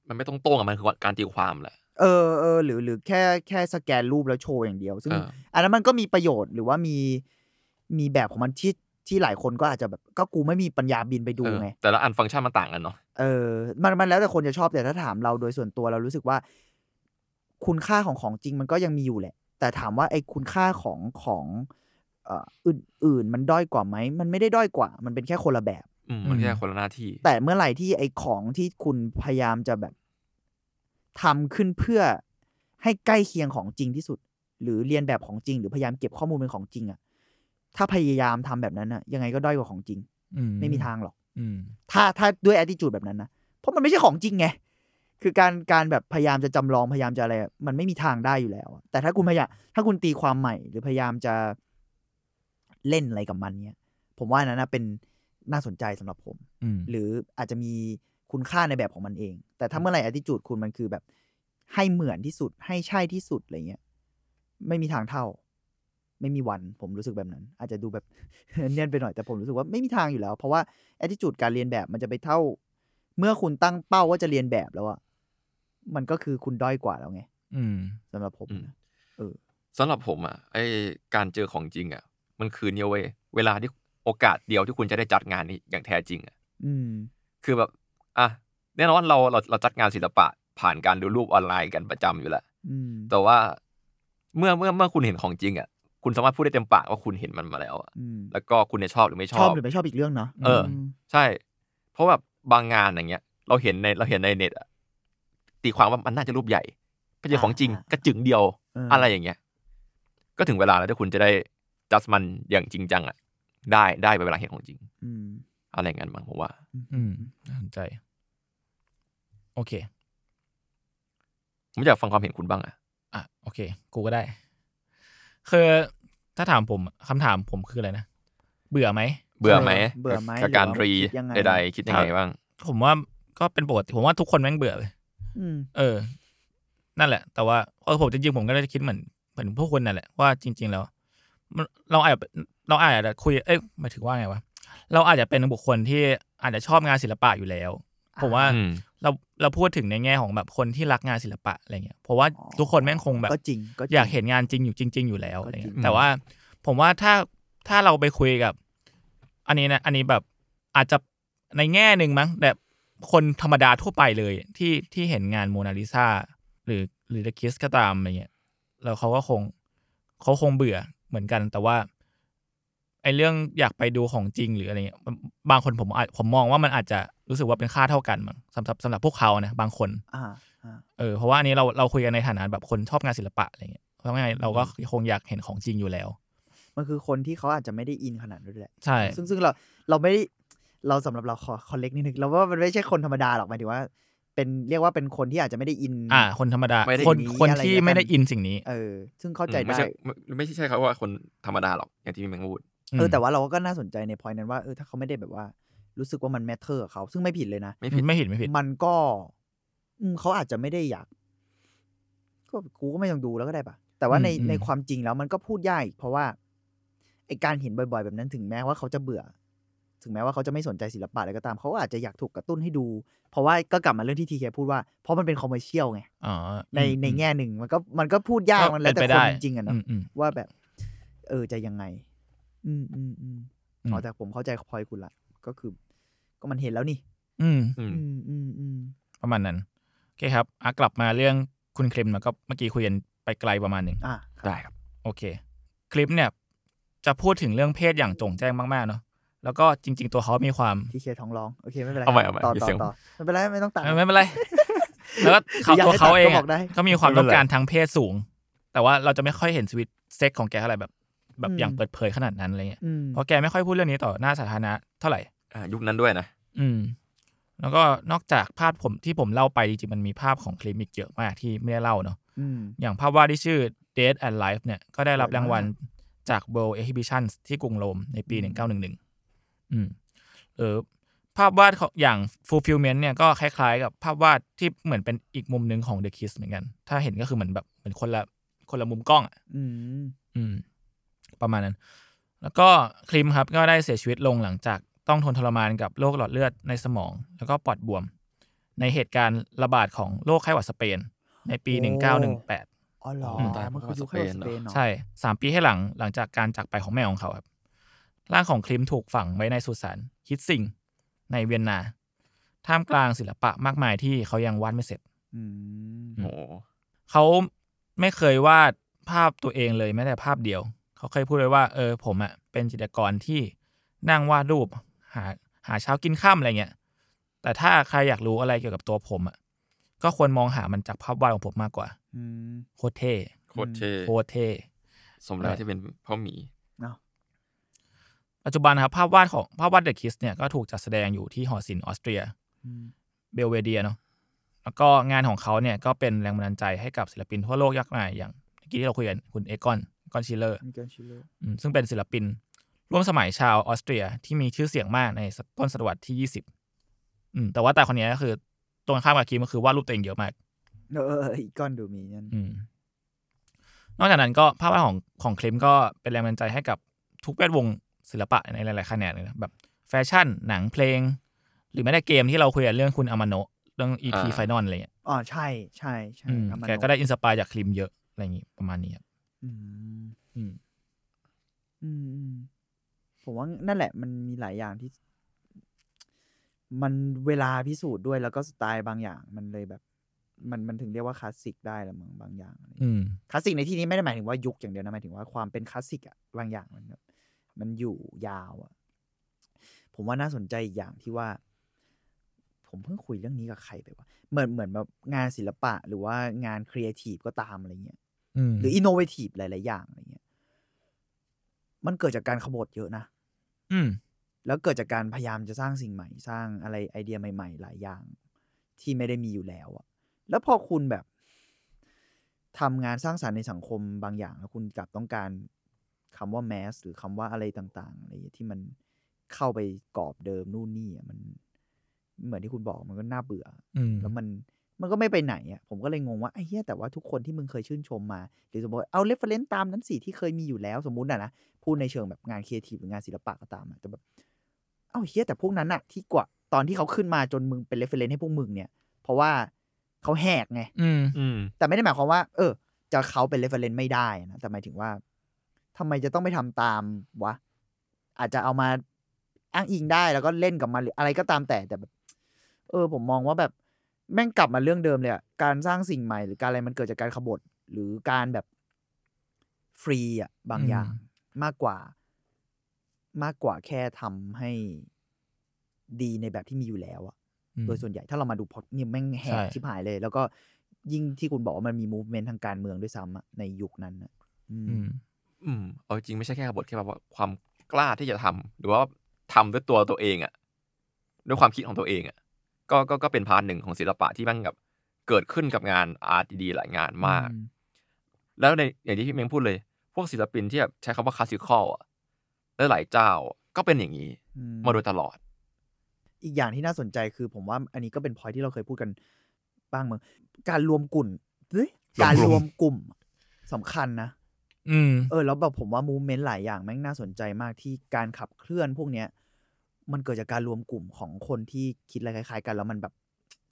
Speaker 4: มันไม่ต้องโต้งอะมันคือการตีความแหละ
Speaker 3: เออเออหรือหรือแค่แค่สแกนรูปแล้วโชว์อย่างเดียว ซึ่ง
Speaker 4: เออ
Speaker 3: อันนั้นมันก็มีประโยชน์หรือว่ามีมีแบบของมันที่ที่หลายคนก็อาจจะแบบก็กูไม่มีปัญญาบินไปดู
Speaker 4: เออ
Speaker 3: ไง
Speaker 4: แต่ละอันฟังก์ชันมันต่างกันเนาะ
Speaker 3: เออมันมันแล้วแต่คนจะชอบแต่ถ้าถามเราโดยส่วนตัวเรารู้สึกว่า คุณค่าของของจริงมันก็ยังมีอยู่แหละ แต่ถามว่าไอ้คุณค่าของของเอ่ออื่นๆ มันด้อยกว่าไหม มันไม่ได้ด้อยกว่า มันเป็นแค่คนละแบบ
Speaker 4: อืมมัน
Speaker 2: อืม
Speaker 4: แค่คนละหน้าที่
Speaker 3: แต่เมื่อไหร่ที่ไอ้ของที่คุณพยายามจะแบบทำขึ้นเพื่อให้ใกล้เคียงของจริงที่สุด หรือเรียนแบบของจริง หรือพยายามเก็บข้อมูลเป็นของจริงอะถ้าพยายามทำแบบนั้นอะยังไงก็ด้อยกว่าของจริง
Speaker 2: อื
Speaker 3: ไม่มีทางหรอก
Speaker 2: อืม
Speaker 3: ถ้าถ้าด้วย attitude แบบนั้นนะ เพราะมันไม่ใช่ของจริงไง คือการการแบบพยายามจะจำลองพยายามจะอะไรอะมันไม่มีทางได้อยู่แล้วอะแต่ถ้าคุณพยายามถ้าคุณตีความใหม่ หรือพยายามจะเล่นอะไรกับมันเนี่ย ผมว่าอันนั้นนะเป็นน่าสนใจสำหรับผม
Speaker 2: อืม
Speaker 3: หรืออาจจะมีคุณค่าในแบบของมันเอง แต่ถ้าเมื่อไหร่ attitude คุณมันคือแบบ ให้เหมือนที่สุดให้ใช่ที่สุดอะไรเงี้ย ไม่มีทางเท่า ไม่มีวันผมรู้สึกแบบนั้น อาจจะดูแบบ <laughs> เนียนไปหน่อยแต่ผมรู้สึกว่าไม่มีทางอยู่แล้ว เพราะว่า attitude การเรียนแบบมันจะไปเท่า เมื่อคุณตั้งเป้าว่าจะเรียนแบบแล้วอะมันก็คือคุณด้อยกว่าแล้วไง
Speaker 2: อืม
Speaker 3: สำหรับผม
Speaker 4: อืม
Speaker 3: นะ
Speaker 4: สำหรับผมอ่ะไอการเจอของจริงอ่ะ มันคือเนี่ยเว้ยเวลาที่โอกาสเดียวที่คุณจะได้จัดงานนี้อย่างแท้จริงอ่ะ
Speaker 3: อืม
Speaker 4: คือแบบ อ่ะแน่นอนเราเราเราจัดงานศิลปะผ่านการดูรูปออนไลน์กันประจำอยู่แล้ว
Speaker 3: อืม
Speaker 4: แต่ว่าเมื่อเมื่อเมื่อคุณเห็นของจริงอ่ะ คุณสามารถพูดได้เต็มปากว่าคุณเห็นมันมาแล้วอะ
Speaker 3: อืม
Speaker 4: แล้วก็คุณเนี่ยชอบหรือไม่ช
Speaker 3: ช
Speaker 4: อ
Speaker 3: อบบ หรือไม่ชอบอีกเรื่องเนาะ
Speaker 4: เออ ใช่ เพราะแบบบางงานอย่างเงี้ย เราเห็นในเราเห็นในเน็ตอะตีความว่ามันน่าจะรูปใหญ่ก็เจอของจริงกระจึงเดียว
Speaker 3: อะ
Speaker 4: อะไรอย่างเงี้ย ก็ถึงเวลาแล้วที่คุณจะได้จัดมันอย่างจริงจังอ่ะ ได้ได้ไปเวลาเห็นของจริง
Speaker 3: อืม
Speaker 4: อะไรอย่างนั้นบ้างผมว่า
Speaker 2: อืมน่าสนใจ โอเค
Speaker 4: ผมอยากฟังความเห็นคุณบ้างอ่ะ
Speaker 2: อ่ะโอเค กูก็ได้ คือถ้าถามผมคำถามผมคืออะไรนะ เบื่อไหม
Speaker 4: เบื่อไหม
Speaker 3: เบื่อไหม
Speaker 4: กับการ
Speaker 3: หอว่
Speaker 4: รี
Speaker 3: คิดยังไง
Speaker 4: ใดๆคิดยังไงบ้าง
Speaker 2: ผมว่าก็เป็นปกติผมว่าทุกคนแม่งเบื่อเลย
Speaker 3: อืม
Speaker 2: เออ นั่นแหละ แต่ว่าเออผมจริงๆผมก็ได้คิดเหมือนเหมือนพวกคุณนั่นแหละว่าจริง ๆ แล้วมันเราอาจจะเราอาจจะคุยเอ้ยหมายถึงว่าไงวะเราอาจจะเป็นบุคคลที่อาจจะชอบงานศิลปะอยู่แล้ว ผมว่า
Speaker 4: อืม
Speaker 2: เราเราพูดถึงในแง่ของแบบคนที่รักงานศิลปะอะไรเงี้ยเพราะว่า
Speaker 3: อ๋อ
Speaker 2: ทุกคนแม่งคงแบบ
Speaker 3: ก็จริงก็จริง
Speaker 2: อยากเห็นงานจริงอยู่จริง ๆ อยู่แล้ว
Speaker 3: ก็
Speaker 2: อะไร
Speaker 3: จริง
Speaker 2: เงี้ยแต่ว่าผมว่าถ้าถ้าเราไปคุยกับ อันนี้นะอันนี้แบบอาจจะในแง่หนึ่งมั้งแบบคนธรรมดาทั่วไปเลยที่ที่เห็นงานโมนาลิซาหรือหรือเดคิสก็ตามอะไรเงี้ยแล้วเขาก็คงเขาคงเบื่อเหมือนกัน แต่ว่าไอเรื่องอยากไปดูของจริงหรืออะไรเงี้ยบางคนผมอาจผมมองว่ามันอาจจะรู้สึกว่าเป็นค่าเท่ากันมั้งสำหรับสำหรับพวกเขานะบางคน
Speaker 3: อ่าอ่า
Speaker 2: เออเพราะว่าอันนี้เราเราคุยกันในฐานะแบบคนชอบงานศิลปะอะไรเงี้ยเพราะไงเราก็คงอยากเห็นของจริงอยู่แล้ว
Speaker 3: มันคือคนที่เขาอาจจะไม่ได้อินขนาดนั้นด้วยแหละ
Speaker 2: ใช่
Speaker 3: ซึ่งซึ่งเราเราไม่ได้เราสำหรับเราขอคอเล็กนิดนึงเราว่ามันไม่ใช่คนธรรมดาหรอกหมายถึงว่า เป็นเรียกว่าเป็นคนที่อาจจะไม่ได้อิน
Speaker 2: อ่า คนธรรมดา
Speaker 4: ไม่ได้
Speaker 2: คน
Speaker 3: อิน
Speaker 2: คน
Speaker 3: อะไร
Speaker 2: ที่
Speaker 3: อย่างเงี้ย
Speaker 2: ไม่ได้อินสิ่งนี้
Speaker 3: เออ ซึ่งเข้าใจ
Speaker 4: อืมไม่
Speaker 3: ได้
Speaker 4: ใช่ไม่ไม่ใช่เขาว่าคนธรรมดาหรอก อย่างที่พี่แมงพูด
Speaker 2: ม
Speaker 3: เออแต่ว่าเราก็น่าสนใจในพอยนั้นว่าเออถ้าเขาไม่ได้แบบว่า รู้สึกว่ามันแมทเทอร์เขาซึ่งไม่ผิดเลยนะ
Speaker 4: ไม่ผิด
Speaker 2: ไม่ผิดไม่ผิด
Speaker 3: มันก็ อืมเขาอาจจะไม่ได้อยาก ก็กูก็ไม่ต้องดูแล้วก็ได้ปะแต่ว่าใน
Speaker 2: อืมอืม
Speaker 3: ในความจริงแล้วมันก็พูดยากอีกเพราะว่าไอการเห็นบ่อย ๆ แบบนั้นถึงแม้ว่าเขาจะเบื่อ ถึงแม้ว่าเขาจะไม่สนใจศิลปะอะไรก็ตามเขาก็อาจจะอยากถูกกระตุ้นให้ดู เพราะว่าก็กลับมาเรื่องที่ทีเคพูดว่าเพราะมันเป็นคอมเมอร์เชียลไง
Speaker 2: อ๋อ
Speaker 3: ในในแง่หนึ่งมันก็มันก็พูดยากมันแล้วแต่คนจริงๆอะเนาะ
Speaker 2: มอืม
Speaker 3: ว่าแบบ เออจะยังไง อืมอืมอืม
Speaker 2: อืม
Speaker 3: อ๋อแต่ผมเข้าใจพอยคุณละก็คือ ก็มันเห็นแล้วนี่
Speaker 2: อืม
Speaker 4: อืม
Speaker 3: อืมอืมอืม
Speaker 2: ประมาณนั้นโอเคครับอ่ะกลับมาเรื่องคุณเคลมแล้วก็เมื่อกี้คุยกันไปไกลประมาณหนึ่ง
Speaker 3: อ่ะ
Speaker 4: ได้ครับ
Speaker 2: โอเค คลิปเนี่ย จะพูดถึงเรื่องเพศอย่างโจ่งแจ้งมากๆเนาะ แล้วก็จริง ๆ ตัวเขามีความ
Speaker 3: ที่เคท้องร้องโอเคไม่เป็นไร
Speaker 4: เอาใหม่เอาใหม่
Speaker 3: ต่อ
Speaker 4: มี
Speaker 3: ต่อ
Speaker 4: เสียง
Speaker 3: ต่อไม่เป็นไรไม่ต้องตัด
Speaker 2: ไม่ไม่เป็นไร แล้วก็เขา
Speaker 3: อยาก
Speaker 2: ตัว
Speaker 3: ให้
Speaker 2: เขาเอง
Speaker 3: ตัดก็บ
Speaker 2: อะ
Speaker 3: อกได้
Speaker 2: ก็มีความ
Speaker 4: ไม่เป็
Speaker 2: ต้
Speaker 4: น
Speaker 2: อง
Speaker 4: ไร
Speaker 2: การทางเพศสูง แต่ว่าเราจะไม่ค่อยเห็นชีวิตเซ็กของแกเท่าไหร่แบบ แบบอย่างเปิดเผยขนาดนั้นอะไรเงี้ย
Speaker 3: อืม
Speaker 2: เพราะแกไม่ค่อยพูดเรื่องนี้ต่อหน้าสาธารณะเท่าไหร่
Speaker 4: อ่ายุคนั้นด้วยนะ
Speaker 2: อืม แล้วก็นอกจากภาพผมที่ผมเล่าไปจริงๆมันมีภาพของคลิปอีกเยอะมากที่ไม่ได้เล่าเนาะ
Speaker 3: อืม
Speaker 2: อย่างภาพวาดที่ชื่อ Dead and Life เนี่ยก็ได้รับ
Speaker 3: สวยมาก
Speaker 2: รางวัลจาก World Exhibition ที่กรุงโรมในปี 1911 อืมเออภาพวาดของอย่าง Fulfillment เนี่ยก็คล้ายๆ กับภาพวาดที่เหมือนเป็นอีกมุมหนึ่งของ The Kiss เหมือนกัน ถ้าเห็นก็คือเหมือนแบบเหมือนคนละคนละมุมกล้องอะ
Speaker 3: อืม
Speaker 2: อืม ประมาณนั้น แล้วก็คลิมครับก็ได้เสียชีวิตลงหลังจากต้องทนทรมานกับโรคหลอดเลือดในสมอง แล้วก็ปอดบวม ในเหตุการณ์ระบาดของโรคไข้หวัดสเปน ในปี 1918
Speaker 3: อ๋อเหรอ
Speaker 4: อืมตาย
Speaker 3: มันคือยุค
Speaker 4: เพ
Speaker 3: ไข้หวัดสเปน
Speaker 4: ราะว่าสเปนเหรอ
Speaker 3: เนาะ
Speaker 2: ใช่สามปีให้หลังหลังจากการจากไปของแม่ของเขาครับ ร่างของคลิมถูกฝังไว้ในสุสานฮิตซิงในเวียนนา ท่ามกลางศิลปะมากมายที่เขายังวาดไม่เสร็จ
Speaker 3: อืม
Speaker 4: โอ้
Speaker 2: เขาไม่เคยวาดภาพตัวเองเลยแม้แต่ภาพเดียว เขาเคยพูดไว้ว่า เออผมอะเป็นจิตรกรที่นั่งวาดรูป หาหาเช้ากินข้ามอะไรเงี้ยแต่ถ้าใครอยากรู้อะไรเกี่ยวกับตัวผมอะก็ควรมองหามันจากภาพวาดของผมมากกว่า
Speaker 3: อืม
Speaker 2: โคตรเท่
Speaker 4: โคตรเท่
Speaker 2: โคตรเท่
Speaker 4: สมแล้วที่เป็นพ่อหมี
Speaker 3: เนาะ
Speaker 2: ปัจจุบันนะครับภาพวาดของภาพวาดเดอะคิสเนี่ยก็ถูกจัดแสดงอยู่ที่หอศิลป์ออสเตรีย
Speaker 3: อืม
Speaker 2: เบลเวเดียเนาะ แล้วก็งานของเขาเนี่ยก็เป็นแรงบันดาลใจให้กับศิลปินทั่วโลกยากมายอย่างเมื่อกี้ที่เราคุยกันคุณเอกอนกอนชิลเลอร์
Speaker 3: มีการชิลเลอร์
Speaker 2: อืมซึ่งเป็นศิลปิน ร่วมสมัยชาวออสเตรียที่มีชื่อเสียงมากในต้นศตวรรษที่ยี่สิบแต่ว่าแต่คนเนี้ยก็คือตรงข้ามกับคีมก็คือวาดรูปตัวเองเยอะมาก
Speaker 3: เออเออเอออีกก้อนดูมีนั่น
Speaker 2: อืมนอกจากนั้นก็ภาพวาดของของเคลมก็เป็นแรงบันดาลใจให้กับทุกแวดวงศิลปะในหลายๆแขนงเลยนะแบบแฟชั่นหนังเพลง หรือแม้แต่เกมที่เราคุยกันเรื่องคุณอามาโนะเรื่อง EP
Speaker 4: อ่า
Speaker 2: Final อะไรเงี้ย
Speaker 3: อ๋อใช่ใช่ใช่
Speaker 2: อืม
Speaker 3: อามา
Speaker 2: แก
Speaker 3: โนะ
Speaker 2: ก็ได้อินสปายจากคลิมเยอะอะไรอย่างงี้ประมาณนี้ครับ
Speaker 3: อืม
Speaker 2: อืม
Speaker 3: อืมอืมผมว่านั่นแหละมันมีหลายอย่างที่ มันเวลาพิสูจน์ด้วยแล้วก็สไตล์บางอย่าง มันเลยแบบ มันมันถึงเรียกว่าคลาสสิกได้ละมั้งบางอย่างอะไรอย่างเงี้ย
Speaker 2: อืม
Speaker 3: คลาสสิกในที่นี้ไม่ได้หมายถึงว่ายุคอย่างเดียวนะหมายถึงว่าความเป็นคลาสสิกอะบางอย่างมันแบบมันอยู่ยาวอะผมว่าน่าสนใจอีกอย่างที่ว่า ผมเพิ่งคุยเรื่องนี้กับใครไปว่าเหมือนเหมือนแบบงานศิลปะ หรือว่างานครีเอทีฟก็ตามอะไรเงี้ย
Speaker 2: อืม
Speaker 3: หรืออินโนเวทีฟหลาย ๆ อย่างอะไรเงี้ย มันเกิดจากการขบฏเยอะนะ
Speaker 2: อืม
Speaker 3: แล้วเกิดจากการพยายามจะสร้างสิ่งใหม่ สร้างอะไรไอเดียใหม่ ๆ หลายอย่าง ที่ไม่ได้มีอยู่แล้วอะแล้วพอคุณแบบทำงานสร้างสารรค์ในสังคมบางอย่าง แล้วคุณกลับต้องการคำว่าแมสหรือคำว่าอะไรต่าง ๆ อะไรที่มันเข้าไปกรอบเดิมนู่นนี่อะมัน เหมือนที่คุณบอกมันก็น่าเบื่อ
Speaker 2: อืม
Speaker 3: แล้วมันมันก็ไม่ไปไหนอ่ะผมก็เลยงงว่าไอ้เหี้ยแต่ว่าทุกคนที่มึงเคยชื่นชมมา หรือสมมติเอาเรฟเฟรนซ์ตามนั้นสิที่เคยมีอยู่แล้วสมมุตินะนะพูดในเชิงแบบงานครีเอทีฟหรืองานศิลปะก็ตามอะแต่แบบเอ้าเหี้ยแต่พวกนั้นอะที่กว่าตอนที่เขาขึ้นมาจนมึงเป็นเรฟเฟรนซ์ให้พวกมึงเนี่ย เพราะว่าเขาแหกไง
Speaker 2: อืม
Speaker 4: อืม
Speaker 3: แต่ไม่ได้หมายความว่า เออ จะเขาเป็นเรฟเฟรนซ์ไม่ได้นะ แต่หมายถึงว่าทำไมจะต้องไปทำตามวะ อาจจะเอามาอ้างอิงได้แล้วก็เล่นกับมันหรืออะไรก็ตามแต่แต่แบบ เออ ผมมองว่าแบบแม่งกลับมาเรื่องเดิมเลยอะการสร้างสิ่งใหม่ หรือการอะไรมันเกิดจากการขบฏหรือการแบบฟรีอะบางอย่าง มากกว่า มากกว่าแค่ทำให้ดีในแบบที่มีอยู่แล้วอะ โดยส่วนใหญ่ถ้าเรามาดูพอดเนี่ยแม่งแหก
Speaker 2: ใช่
Speaker 3: ชิบหายเลย แล้วก็ยิ่งที่คุณบอกว่ามันมีมูฟเมนต์ทางการเมืองด้วยซ้ำอะในยุคนั้นอะอืม
Speaker 2: อืม
Speaker 4: อืมเอาจริงไม่ใช่แค่บทแค่แบบว่าความกล้าที่จะทำหรือว่าทำด้วยตัวตัวเองอะด้วยความคิดของตัวเองอะก็ก็ก็เป็นพาร์ทหนึ่งของศิลปะที่แมันแบบเกิดขึ้นกับงานอาร์ตดีๆหลายงานมาก แล้วในอย่างที่พี่เมงพูดเลย พวกศิลปินที่แบบใช้คำว่าคลาสสิคอลอะและหลายเจ้าอะก็เป็นอย่างนี้
Speaker 3: อื
Speaker 4: มาโดยตลอด
Speaker 3: อีกอย่างที่น่าสนใจคือผมว่าอันนี้ก็เป็นพอยที่เราเคยพูดกันบ้างเมืองการรวมกลุ่มเฮ้ย
Speaker 4: รวมกลุ่ม
Speaker 3: การรวมกลุ่มสำคัญนะ
Speaker 2: อืม
Speaker 3: เออแล้วแบบผมว่ามูเมนต์หลายอย่างแม่งน่าสนใจมากที่การขับเคลื่อนพวกเนี้ย มันเกิดจากการรวมกลุ่มของคนที่คิดอะไรคล้าย ๆ กันแล้วมันแบบ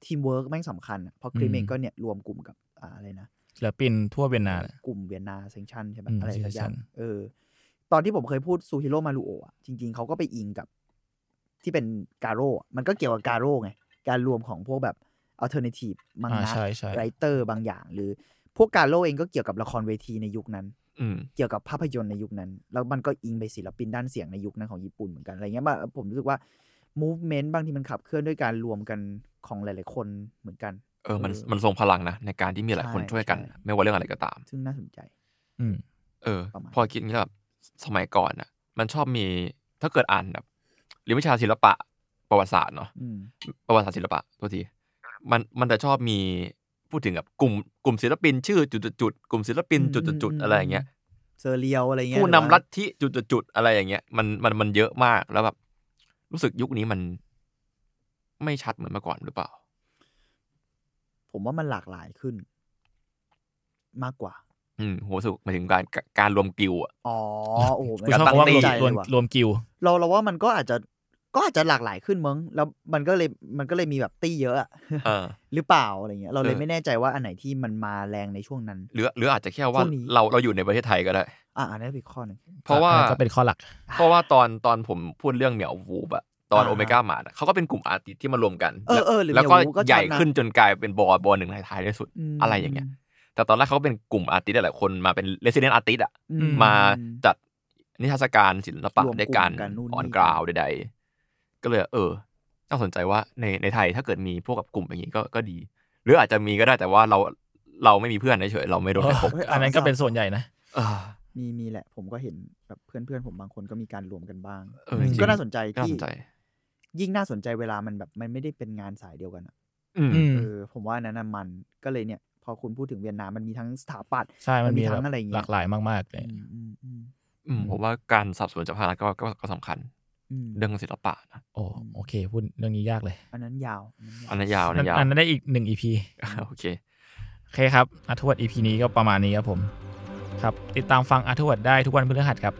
Speaker 3: ทีมเวิร์กแม่งสำคัญอะเพราะคริมเองก็เนี่ยรวมกลุ่มกับอ่าอะไรนะ
Speaker 2: ศิลปินทั่วเวียนนา
Speaker 3: กลุ่มเวียนนาเซงชันใช่ไหม
Speaker 2: อืม
Speaker 3: อะไรสักอย่าง
Speaker 2: Sanction
Speaker 3: เออ ตอนที่ผมเคยพูดซูฮิโร่มารูโอะจริง ๆ เขาก็ไปอิงกับ ที่เป็นกาโร่อะมันก็เกี่ยวกับกาโร่ไง การรวมของพวกแบบอัลเทอร์เนทีฟมั
Speaker 2: อ่าง
Speaker 3: งะ
Speaker 2: ใช่ใช่
Speaker 3: ไรเตอร์บางอย่าง หรือพวกกาโร่เองก็เกี่ยวกับละครเวทีในยุคนั้น
Speaker 4: อืม
Speaker 3: เกี่ยวกับภาพยนตร์ในยุคนั้น แล้วมันก็อิงไปศิลปินด้านเสียงในยุคนั้นของญี่ปุ่นเหมือนกันอะไรเงี้ยมาผมรู้สึกว่า movement บางทีมันขับเคลื่อนด้วยการรวมกันของหลาย ๆ คนเหมือนกัน
Speaker 4: เออมัน
Speaker 3: เออ
Speaker 4: มันทรงพลังนะ ในการที่มีหลายคน
Speaker 3: ใช่
Speaker 4: ช่วยกัน
Speaker 3: ใช่
Speaker 4: นะไม่ว่าเรื่องอะไรก็ตาม
Speaker 3: ซึ่งน่าสนใจ
Speaker 2: อืม
Speaker 4: เออ
Speaker 3: ประมาณ
Speaker 4: พอคิดอย่างนี้แล้วแบบสมัยก่อนอ่ะ มันชอบมีถ้าเกิดอ่านแบบเรียนวิชาศิลปะประวัติศาสตร์เนาะ
Speaker 3: อืม
Speaker 4: ประวัติศาสตร์ศิลปะตัวทีมันมันจะชอบมีพูดถึงแบบกลุ่มกลุ่มศิลปินชื่อจุดจุดจุดกลุ่มศิลปิน
Speaker 3: อืม
Speaker 4: จุดจุดจุด
Speaker 3: อืม
Speaker 4: อะไรอย่างเงี้ย
Speaker 3: เซอร์เรียลอะไรเงี้ย
Speaker 4: ผู้
Speaker 3: หอ
Speaker 4: นำ
Speaker 3: ว่า
Speaker 4: ลัทธิจุดจุดจุดอะไรอย่างเงี้ยมันมันมันเยอะมากแล้วแบบรู้สึกยุคนี้มัน ไม่ชัดเหมือนเมื่อก่อนหรือเปล่า
Speaker 3: ผมว่ามันหลากหลายขึ้น มากกว่า
Speaker 4: อืมโหรู้สึกหมายถึงการการรวมกิวอะ
Speaker 3: <laughs> อ๋อโอ้โห
Speaker 2: กูชอบ
Speaker 4: ตั้ง
Speaker 2: คำว่ารวม
Speaker 4: ใจ
Speaker 3: ใจเล
Speaker 2: รวม
Speaker 3: ยว่ะ
Speaker 2: รวมกิลด์
Speaker 3: เราเราว่ามันก็อาจจะก็อาจจะหลากหลายขึ้นมั้งแล้วมันก็เลยมันก็เลยมีแบบตี้เยอะอะ <laughs>
Speaker 4: เออ
Speaker 3: หรือเปล่าอะไรเงี้ยเราเลย
Speaker 4: เออ
Speaker 3: ไม่แน่ใจว่าอันไหนที่มันมาแรงในช่วงนั้น
Speaker 4: หรือหรืออาจจะแค่ว่า
Speaker 3: ช่วงนี้
Speaker 4: เราเราอยู่ในประเทศไทยก็ได้
Speaker 3: อ่ะอันนี้นเป็นอีกข้อหนึ่ง
Speaker 4: เพราะว่า
Speaker 2: อ่ก็เป็นข้อหลัก
Speaker 4: เพราะว่าตอนตอนผมพูดเรื่องเหมียววูบอะตอน
Speaker 3: อ่า
Speaker 4: โอเมก้ามาร์ทอะเขาก็เป็นกลุ่มอาร์ติสที่มารวมกัน
Speaker 3: เออเออหรือ
Speaker 4: แล้วก็
Speaker 3: เหมียววูบก็ชอบนะ
Speaker 4: ใหญ่ขึ้นจนกลายเป็นบอร์ดบอร์ดหนึ่งในไทยที่สุด อะไรอย่างเงี้ย แต่ตอนแรกเขาก็เป็นกลุ่มอาร์ติสหลายๆคนมาเป็นเ e ส i เดนต์อาร์ติสอะ
Speaker 3: อื
Speaker 4: มาจัดนิทรรศการศิลปะ
Speaker 3: รวมกลุ่ม
Speaker 4: ด้วยกัน
Speaker 3: กันนู่นนี่
Speaker 4: ออนกราวใดๆ ก็เลย เออน่าสนใจว่าในในไทยถ้าเกิดมีพวกกับกลุ่มอย่างนี้ก็ก็ดี หรืออาจจะมีก็ได้แต่ว่าเราเราไม่มีเพื่อนเฉยๆเราไม่โดนกระทบ
Speaker 3: เฮ้ย
Speaker 2: อันนั้นก็
Speaker 3: เอา
Speaker 2: เป็นส่วนใหญ่นะ
Speaker 4: เออ
Speaker 3: มีมีแหละ ผมก็เห็นแบบเพื่อนเพื่อนๆผมบางคนก็มีการรวมกันบ้าง
Speaker 4: เออจริง
Speaker 3: ก็น่าสนใจ
Speaker 4: น่า
Speaker 3: ที่
Speaker 4: สนใจ
Speaker 3: ยิ่งน่าสนใจเวลามันแบบมันไม่ได้เป็นงานสายเดียวกันอะ
Speaker 4: อืม
Speaker 2: อืม
Speaker 3: เออผมว่าอันนั้นนะมันก็เลยเนี่ย พอคุณพูดถึงเวียดนามมันมีทั้งสถาปัตย์
Speaker 2: ใช่มันมี
Speaker 3: มันมีทั้
Speaker 2: แบบ
Speaker 3: งอะไรอย่างเงี้ย
Speaker 2: หลากหลายมากๆเลย
Speaker 3: อืมอืมอืม
Speaker 4: อืมผมว่าการสนับสนุนจากภาครัฐก็ก็ก็สำคัญ
Speaker 3: อืม
Speaker 4: เรื่องศิลปะนะ
Speaker 2: โอ้โอเคพูดเรื่องนี้ยากเลย
Speaker 3: อันนั้นยาวอันนั้นยาว
Speaker 4: อันนั้นยาวอัน
Speaker 2: นั่อัน
Speaker 4: นั้น นยาว
Speaker 2: นั้นได้อีกหนึ่งอีพี
Speaker 4: โอเค
Speaker 2: โอเคครับอาร์ทวดอีพีนี้ก็ประมาณนี้ครับผมครับ ติดตามฟังอาร์ทวดได้ทุกวันพฤหัสครับ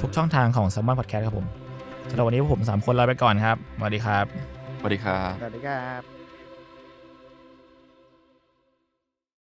Speaker 2: ทุกช่องทางของ s ซ m มอนพอดแคสต์ครับผมสำหรับวันนี้พวกผมสามคนลาไปก่อนครับสวัสดีครับ
Speaker 4: สวัสดีครับ
Speaker 3: สวัสดีครับ